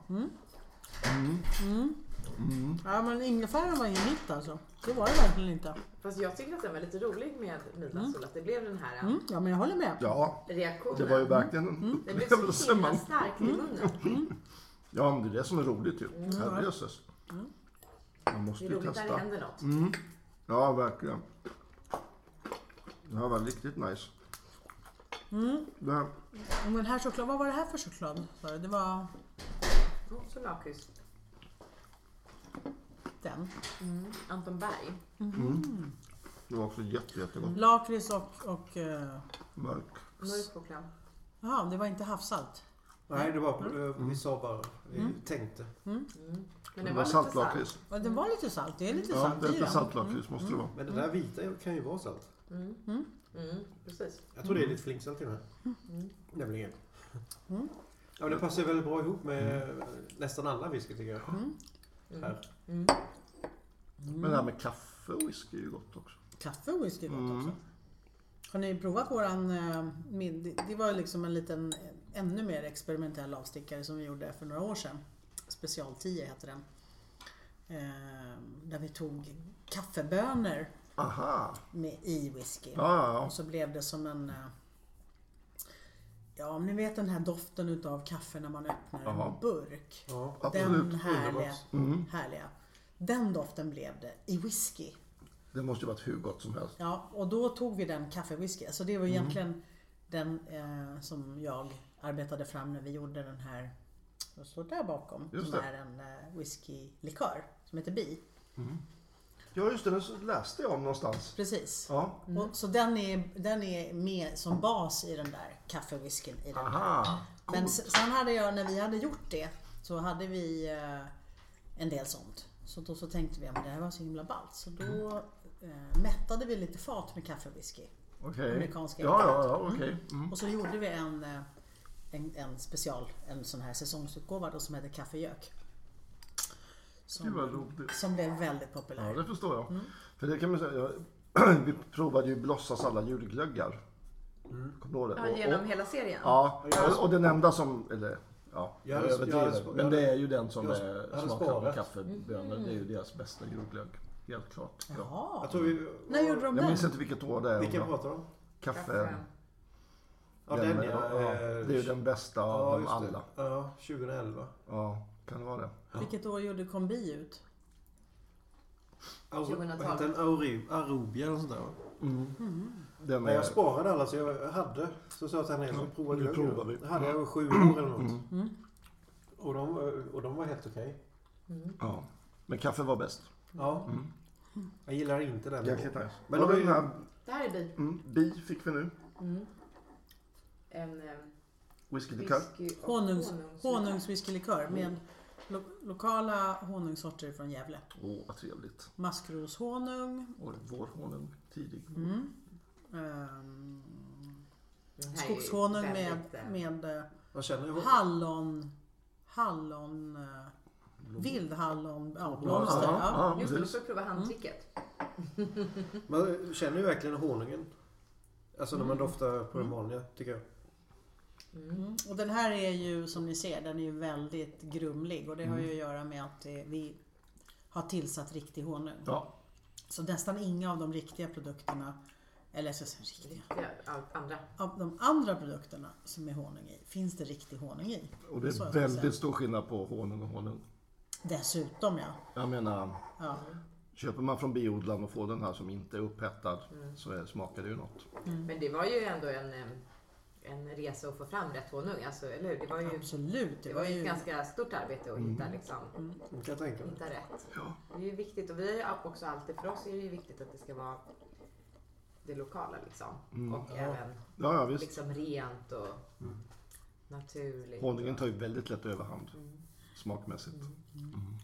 Speaker 4: Ja men ingefära var inget mitt alltså. Det var det verkligen inte.
Speaker 3: Fast jag tycker att den var lite rolig med
Speaker 5: Mm.
Speaker 3: midnattssol. Att det blev den här eh,
Speaker 4: Ja men jag håller med.
Speaker 2: ja,
Speaker 3: reaktionen.
Speaker 2: det var ju verkligen en
Speaker 3: Den blev
Speaker 2: upplevelse.
Speaker 3: så himla
Speaker 2: man-
Speaker 3: stark i
Speaker 5: Mm.
Speaker 3: munnen.
Speaker 2: Ja, men det är det som är roligt ju. Herrejösses. Man måste
Speaker 3: Mm. Det är
Speaker 2: ju
Speaker 3: roligt när det
Speaker 2: testa. Mm.
Speaker 3: händer något.
Speaker 2: Ja, verkligen. Det här var riktigt nice. Det här,
Speaker 4: Men den här choklad, vad var det här för choklad? sa du? Det var
Speaker 3: Också lakrits.
Speaker 4: den.
Speaker 5: Mm.
Speaker 3: Anton Berg.
Speaker 2: det var också jätte, jättegott.
Speaker 4: Lakrits och... och eh,
Speaker 2: Mörk.
Speaker 3: Mörk choklad.
Speaker 4: jaha, det var inte havssalt.
Speaker 5: Nej, det var, eh, vi sa bara, vi tänkte.
Speaker 3: Men
Speaker 2: Det
Speaker 3: den
Speaker 2: var
Speaker 3: var lite salt.
Speaker 2: saltlakrits.
Speaker 4: Ja, Den var lite salt. Det är lite
Speaker 2: Ja,
Speaker 4: salt
Speaker 2: det är
Speaker 4: i
Speaker 2: lite Mm.
Speaker 4: den.
Speaker 2: saltlakrits måste det vara.
Speaker 5: Men det där vita kan ju vara salt.
Speaker 3: Mm, precis.
Speaker 5: Jag tror det är lite flinksalt till och med. Nämligen. Ja, men det passar ju väldigt bra ihop med nästan alla whisky tycker jag. Här.
Speaker 2: Men det här med kaffe och whisky är ju gott också.
Speaker 4: Kaffe och whisky är gott
Speaker 2: Mm.
Speaker 4: också. Har ni provat våran... eh, min- det- Det var liksom en liten eh, ännu mer experimentell avstickare som vi gjorde för några år sedan. Special 10 hette den. Eh, Där vi tog kaffebönor
Speaker 2: Aha!
Speaker 4: med, i whisky.
Speaker 2: Ja, ja, ja.
Speaker 4: Och så blev det som en... eh, Ja, om ni vet den här doften utav kaffe när man öppnar
Speaker 2: Jaha. Mm.
Speaker 4: en burk.
Speaker 5: Ja.
Speaker 4: Den
Speaker 2: Absolut.
Speaker 4: härliga, härliga. Den doften blev det i whisky.
Speaker 2: Det måste ju varit hur gott som helst.
Speaker 4: Ja, och då tog vi den kaffewhisky. Så det var
Speaker 2: Mm.
Speaker 4: egentligen den eh, som jag arbetade fram när vi gjorde den här som står där bakom.
Speaker 2: Just
Speaker 4: som
Speaker 2: det.
Speaker 4: är en eh, whiskylikör som heter Bi.
Speaker 2: Ja, just det. Den så läste jag om någonstans.
Speaker 4: Precis.
Speaker 2: Ja.
Speaker 4: Och, så den är, den är med som bas i den där kaffewhiskyn. I den
Speaker 2: Aha!
Speaker 4: Men s- sen hade jag, när vi hade gjort det, så hade vi eh, en del sånt. Så då så tänkte vi att det här var så himla ballt. Så då eh, mättade vi lite fat med kaffewhisky.
Speaker 2: Okej.
Speaker 4: Amerikanska
Speaker 2: Ja, ja, ja. Okej. Mm.
Speaker 4: Och så gjorde vi en, eh, en, en special, en sån här säsongsutgåva då, som hette Kaffegök.
Speaker 2: Gud vad
Speaker 4: Som,
Speaker 2: roligt.
Speaker 4: som blev väldigt
Speaker 2: Ja,
Speaker 4: populär.
Speaker 2: det förstår jag. För det kan man säga. jag- Vi provade ju Blossas alla julglöggar. Kommer du ihåg det?
Speaker 3: Ja,
Speaker 2: Och-
Speaker 3: genom
Speaker 2: och-
Speaker 3: hela serien.
Speaker 2: Ja, och, och den enda som, eller ja,
Speaker 5: Jag
Speaker 2: jag
Speaker 5: hade- jag hade
Speaker 2: överdriver.
Speaker 5: spa-
Speaker 2: Men det är ju den som
Speaker 5: jag
Speaker 2: är,
Speaker 5: hade
Speaker 2: smakar
Speaker 5: sparat.
Speaker 2: med kaffebönor. Det är ju deras bästa julglögg. Helt klart. Ja.
Speaker 4: Ja.
Speaker 5: Jag tror vi...
Speaker 4: När gjorde de
Speaker 2: Jag minns
Speaker 4: den?
Speaker 2: inte vilket år det är.
Speaker 5: Vilken
Speaker 2: om jag-
Speaker 5: pratar de om?
Speaker 2: Kaffe.
Speaker 5: Ja, den, ja.
Speaker 2: ja,
Speaker 5: eh,
Speaker 2: det är ju den bästa
Speaker 5: ja,
Speaker 2: av dem
Speaker 5: just det.
Speaker 2: alla.
Speaker 5: Ja, 2011.
Speaker 2: Ja, kan det vara det?
Speaker 4: Vilket år gjorde Kombi ut?
Speaker 5: Alltså,
Speaker 3: 2012.
Speaker 5: vad heter den? Auri- Arubia eller sånt där va?
Speaker 2: Den
Speaker 5: Nej,
Speaker 2: är,
Speaker 5: jag sparade alla så jag hade. Så sa jag till henne, jag provade
Speaker 2: nu
Speaker 5: glöggen.
Speaker 2: provar vi. Mm.
Speaker 5: Det hade jag i sju år eller något. Och, de, och de var helt okej.
Speaker 2: ja. Men kaffe var bäst.
Speaker 5: Ja.
Speaker 2: Mm.
Speaker 5: Jag gillar inte den.
Speaker 2: Jäkligt nice.
Speaker 5: Men
Speaker 2: Men ja,
Speaker 5: de är
Speaker 2: den
Speaker 5: ju-
Speaker 2: här
Speaker 3: Det här är bi.
Speaker 2: mm, bi fick vi nu.
Speaker 3: En eh,
Speaker 2: Whiskylikör.
Speaker 3: whisky och
Speaker 4: Honungs,
Speaker 3: honungs-
Speaker 4: honungswhiskylikör med lo, lokala honungssorter från Gävle.
Speaker 2: Åh, vad trevligt.
Speaker 4: Maskroshonung,
Speaker 2: Oj, vårhonung. Tidig. Mm.
Speaker 4: ehm,
Speaker 3: Den Mm, här är ju
Speaker 4: skogshonung med,
Speaker 3: väldigt, eh,
Speaker 4: med eh,
Speaker 5: Vad känner jag?
Speaker 4: hallon, hallon eh, Vildhallon, ja,
Speaker 2: Ja,
Speaker 4: blomster. Ja.
Speaker 2: ja,
Speaker 3: Just det, då
Speaker 2: precis.
Speaker 3: får jag prova handtricket.
Speaker 5: Man känner ju verkligen honungen. Alltså när man
Speaker 2: Mm.
Speaker 5: doftar på den vanliga, tycker jag.
Speaker 4: Och den här är ju som ni ser, den är ju väldigt grumlig och det har ju att göra med att eh, vi har tillsatt riktig honung.
Speaker 2: Ja,
Speaker 4: Så nästan inga av de riktiga produkterna, eller jag ska säga riktiga,
Speaker 3: Det är allt andra.
Speaker 4: av de andra produkterna som är honung i, finns det riktig honung i.
Speaker 2: och det
Speaker 4: Så
Speaker 2: är
Speaker 4: jag får säga.
Speaker 2: väldigt stor skillnad på honung och honung.
Speaker 4: Dessutom ja.
Speaker 2: Jag menar,
Speaker 4: ja.
Speaker 3: Mm.
Speaker 2: köper man från biodlaren och får den här som inte är upphettad så är, smakar det ju något.
Speaker 3: Men det var ju ändå en, eh, en resa att få fram rätt honung, alltså, eller hur? Det var ju,
Speaker 4: Absolut,
Speaker 3: det var ju ett ganska stort arbete att hitta,
Speaker 2: Mm.
Speaker 3: liksom,
Speaker 5: Man kan tänka mig.
Speaker 3: hitta rätt. Det är ju viktigt och vi har också alltid, för oss är det ju viktigt att det ska vara det lokala liksom.
Speaker 2: Mm.
Speaker 3: Och även
Speaker 2: Ja, ja visst.
Speaker 3: liksom rent och
Speaker 2: Mm.
Speaker 3: naturligt.
Speaker 2: Honungen tar ju väldigt lätt överhand smakmässigt. Mm.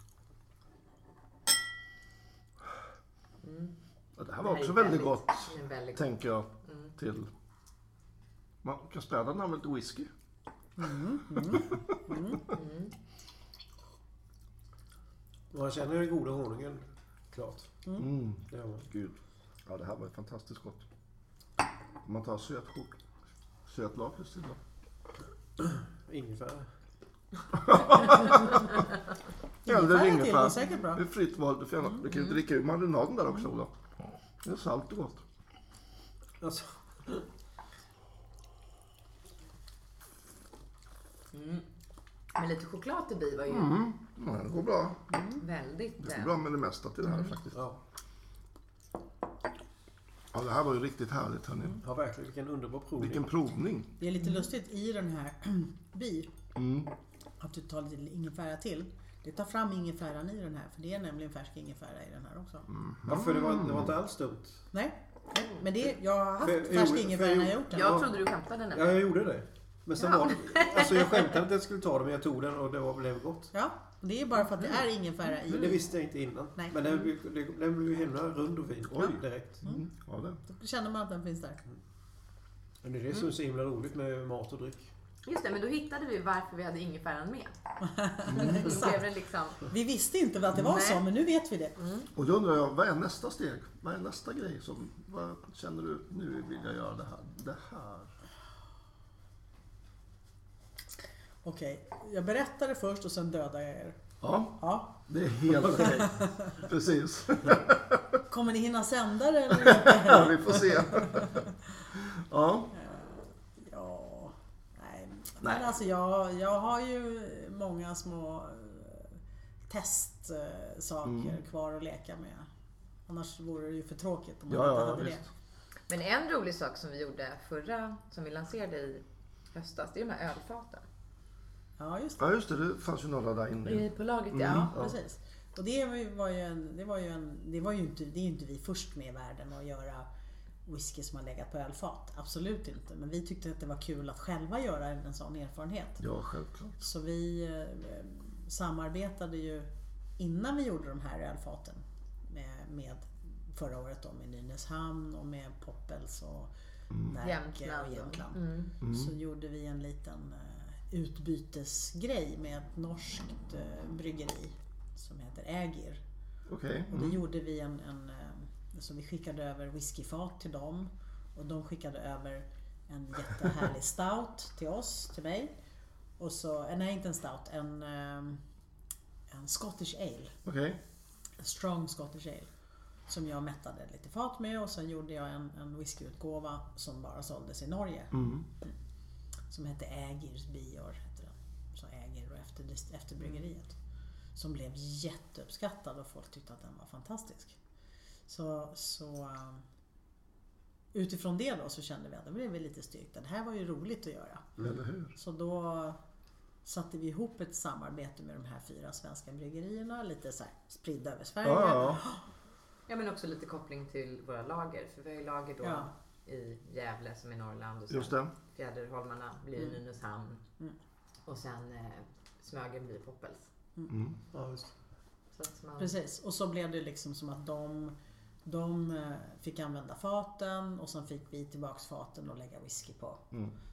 Speaker 2: Ja, det här var
Speaker 3: Det här är
Speaker 2: också väldigt gott,
Speaker 3: men väldigt gott. Mm.
Speaker 2: tänker jag. Till. Man kan späda den här med lite whisky.
Speaker 5: Man känner den goda honungen, klart.
Speaker 2: Mm.
Speaker 5: Det gör man.
Speaker 2: Gud. Ja, det här var fantastiskt gott. Om man tar söt choklad. Söt lakrits till då.
Speaker 5: Ingefära.
Speaker 2: Eller
Speaker 4: Ingefära till går
Speaker 2: ingefära.
Speaker 4: säkert
Speaker 2: Det
Speaker 4: bra. Mm.
Speaker 2: är fritt val. Du, får gärna, du kan ju dricka ur marinaden där också, Ola. Det är salt och gott.
Speaker 5: Alltså,
Speaker 3: Men lite choklad till bi var ju
Speaker 2: Ja, det går bra.
Speaker 3: väldigt...
Speaker 2: Det går
Speaker 3: eh,
Speaker 2: bra med det mesta till det
Speaker 4: Mm.
Speaker 2: här faktiskt.
Speaker 5: ja.
Speaker 2: Ja, det här var ju riktigt härligt hörni.
Speaker 4: Mm.
Speaker 5: ja, verkligen. Vilken underbar provning.
Speaker 2: Vilken provning.
Speaker 4: Det är lite
Speaker 5: Mm.
Speaker 4: lustigt i den här bi att du tar lite ingefära till. Det tar fram ingefäran i den här för det är nämligen färsk ingefära i den här också.
Speaker 5: Ja, för det var,
Speaker 2: Mm.
Speaker 5: det var inte alls dumt.
Speaker 4: Nej, nej, men det, jag har haft
Speaker 5: För-
Speaker 4: färsk
Speaker 5: jo,
Speaker 4: ingefära
Speaker 5: för-
Speaker 4: när jag gjort den.
Speaker 3: Jag trodde du skämtade
Speaker 5: Ja,
Speaker 3: nämligen.
Speaker 5: jag gjorde det. Men sen var det... Alltså jag skämtade att jag skulle ta det, men jag tog den och det var, blev gott.
Speaker 4: Ja, och det är bara för att det
Speaker 5: Mm.
Speaker 4: är ingefära
Speaker 5: Men
Speaker 2: Mm.
Speaker 5: det
Speaker 4: i.
Speaker 5: visste jag inte innan.
Speaker 4: Nej.
Speaker 5: Men den, blev- den, den blev ju himla rund och fin
Speaker 2: Oj.
Speaker 5: direkt.
Speaker 4: Mm.
Speaker 2: Ja, det.
Speaker 4: Då känner man att den finns där.
Speaker 5: Men det är det som är så himla roligt med mat och dryck.
Speaker 3: Just det, men då hittade vi varför vi hade ingefäran med.
Speaker 5: Mm.
Speaker 3: Då blev det liksom...
Speaker 4: Vi visste inte att det var så, men nu vet vi det.
Speaker 2: Och då undrar jag, vad är nästa steg? Vad är nästa grej? Som, vad känner du, nu vill jag göra det här. Det här.
Speaker 4: Okej, jag berättade först och sen dödade jag er.
Speaker 2: Ja,
Speaker 4: Ja.
Speaker 2: det är helt okej. Precis.
Speaker 4: Kommer ni hinna sända det eller inte?
Speaker 2: Ja, vi får se. Ja,
Speaker 4: Ja,
Speaker 2: Nej.
Speaker 4: nej. Men alltså jag, jag har ju många små eh, testsaker
Speaker 2: Mm.
Speaker 4: kvar att leka med. Annars vore det ju för tråkigt om man
Speaker 2: ja,
Speaker 4: inte
Speaker 2: ja, ja
Speaker 4: hade det.
Speaker 2: visst.
Speaker 3: Men en rolig sak som vi gjorde förra, som vi lanserade i höstas, det är de här ölfaten.
Speaker 4: Ja, just det.
Speaker 2: Ja, just det. Det fanns ju några där inne.
Speaker 3: I på laget,
Speaker 4: Ja,
Speaker 3: ja.
Speaker 2: Mm.
Speaker 4: precis. Och det var ju, var ju en, det var ju en, det var ju inte, det är ju inte vi först med i världen att göra whisky som har legat på ölfat. Absolut inte. Men vi tyckte att det var kul att själva göra en sån erfarenhet.
Speaker 2: Ja, självklart.
Speaker 4: Så vi eh, samarbetade ju innan vi gjorde de här ölfaten med, med förra året då, med Nynäshamn och med Poppels och Närke och
Speaker 3: Jämtland. Mm.
Speaker 4: Jämtland. Så gjorde vi en liten eh, utbytesgrej med ett norskt eh, bryggeri som heter Ägir.
Speaker 2: Okej.
Speaker 4: Och det gjorde vi en, en eh, så vi skickade över whiskyfat till dem och de skickade över en jättehärlig stout till oss, till mig. Och så, eh, nej inte en stout, en, eh, en Scottish Ale.
Speaker 2: Okej.
Speaker 4: En strong Scottish Ale. Som jag mättade lite fat med och sen gjorde jag en, en whiskyutgåva som bara såldes i Norge.
Speaker 2: Mm.
Speaker 4: Mm. Som hette Ägirs Bior. Hette den. Så Ägir och efter, efter bryggeriet. Som blev jätteuppskattad och folk tyckte att den var fantastisk. Så, så eh, utifrån det då så kände vi att det blev vi lite styrkta. Det här var ju roligt att göra.
Speaker 2: Eller hur?
Speaker 4: Så då satte vi ihop ett samarbete med de här fyra svenska bryggerierna, lite så här spridda över Sverige.
Speaker 2: Ja, ja.
Speaker 3: Ja, men också lite koppling till våra lager, för vi har ju lager då
Speaker 4: Ja.
Speaker 3: i Gävle som är Norrland och sen
Speaker 2: Just det.
Speaker 3: Fjäderholmarna blir mm. Nynäshamn och sen eh, Smögen blir Poppels.
Speaker 5: Ja, just.
Speaker 3: Så att man,
Speaker 4: Precis, och så blev det liksom som att de, de eh, fick använda faten och sen fick vi tillbaks faten och lägga
Speaker 2: Mm.
Speaker 4: whisky på.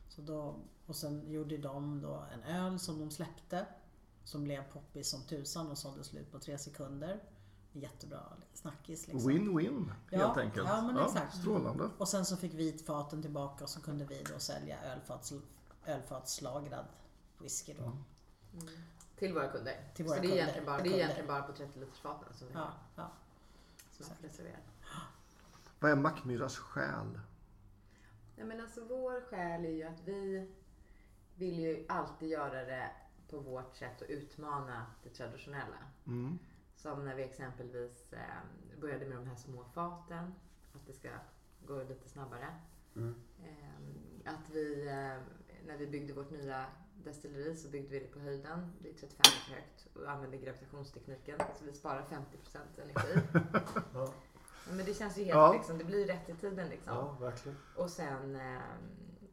Speaker 4: Så då, och sen gjorde de då en öl som de släppte som blev poppis som tusan och sålde slut på tre sekunder. Jättebra snackis liksom.
Speaker 2: Win-win helt
Speaker 4: Ja,
Speaker 2: enkelt.
Speaker 4: ja, men exakt.
Speaker 2: Strålande.
Speaker 4: Och sen så fick vitfaten tillbaka och så kunde vi då sälja ölfats, ölfatslagrad whisky då.
Speaker 2: Mm.
Speaker 9: Till våra kunder.
Speaker 4: Till våra
Speaker 9: så det är,
Speaker 4: kunder.
Speaker 9: Egentligen bara, det är
Speaker 4: Kunder.
Speaker 9: egentligen bara på 30 liters faten som vi
Speaker 4: Ja,
Speaker 9: har
Speaker 4: ja.
Speaker 9: som är reserverade.
Speaker 2: Vad är Mackmyras själ?
Speaker 3: Nej, men alltså vår själ är ju att vi vill ju alltid göra det på vårt sätt och utmana det traditionella. Som när vi exempelvis eh, började med de här små faten, att det ska gå lite snabbare. Eh, att vi, eh, när vi byggde vårt nya destilleri så byggde vi det på höjden. Det är 35 meter högt och använde gravitationstekniken så vi sparar 50% energi. Ja, Men det känns ju helt
Speaker 2: Ja.
Speaker 3: liksom, det blir ju rätt i tiden liksom.
Speaker 5: Ja, verkligen.
Speaker 3: Och sen ehm,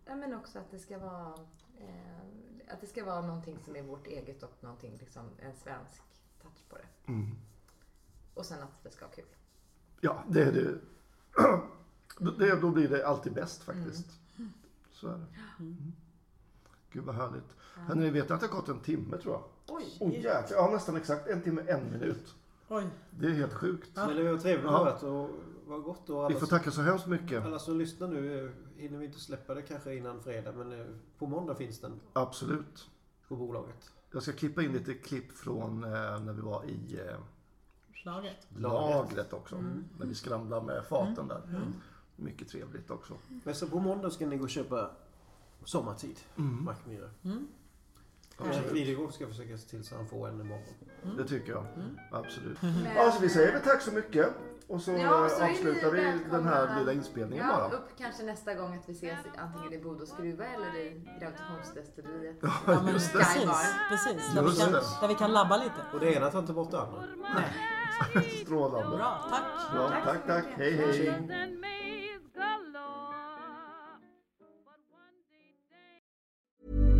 Speaker 3: ja, men också att det ska vara eh, att det ska vara någonting som är vårt eget och någonting liksom en svensk touch på det.
Speaker 2: Mm.
Speaker 3: Och sen att det ska ha kul.
Speaker 2: Ja, det är det. Då- det. Då blir det alltid bäst faktiskt. Så är det. Mm. Gud vad härligt. Hörni, ni vet att det har gått en timme tror jag.
Speaker 3: Oj.
Speaker 2: Oj jäklar, ja nästan exakt en timme, en minut.
Speaker 4: Oj,
Speaker 2: Det är helt sjukt.
Speaker 5: Men det var trevligt att
Speaker 2: Ja.
Speaker 5: höra och vad gott. Och
Speaker 2: Vi
Speaker 5: alla,
Speaker 4: alltså.
Speaker 2: får tacka så hemskt mycket.
Speaker 5: alla som lyssnar nu eh, hinner vi inte släppa det kanske innan fredag men eh, på måndag finns den
Speaker 2: Absolut.
Speaker 5: på bolaget.
Speaker 2: Jag ska klippa in lite klipp från eh, när vi var i eh,
Speaker 4: slaget.
Speaker 2: lagret också. När vi skramlade med faten där. Mycket trevligt också.
Speaker 5: Men så på måndag ska ni gå och köpa Sommartid, Mackmyra. Mm. Videgård ska försöka se till så han får en imorgon.
Speaker 2: Det tycker jag. Absolut. Ja, så vi säger väl tack så mycket. Och så,
Speaker 3: Ja,
Speaker 2: eh,
Speaker 3: så är ni
Speaker 2: avslutar vi den här
Speaker 3: välkomna.
Speaker 2: lilla inspelningen
Speaker 3: Ja,
Speaker 2: bara.
Speaker 3: upp kanske nästa gång att vi ses i- antingen i Bodö skruva eller i gravitationsdestilleriet.
Speaker 4: Ja, men
Speaker 2: just det.
Speaker 4: precis,
Speaker 3: Skybar.
Speaker 4: precis. Där vi,
Speaker 2: Just
Speaker 4: kan,
Speaker 2: det.
Speaker 4: där vi kan labba lite.
Speaker 5: Och det ena tar inte bort det andra.
Speaker 2: Strålande.
Speaker 4: Bra, tack.
Speaker 2: Ja, tack, tack. Hej, hej.
Speaker 1: and maize galore. But one day, day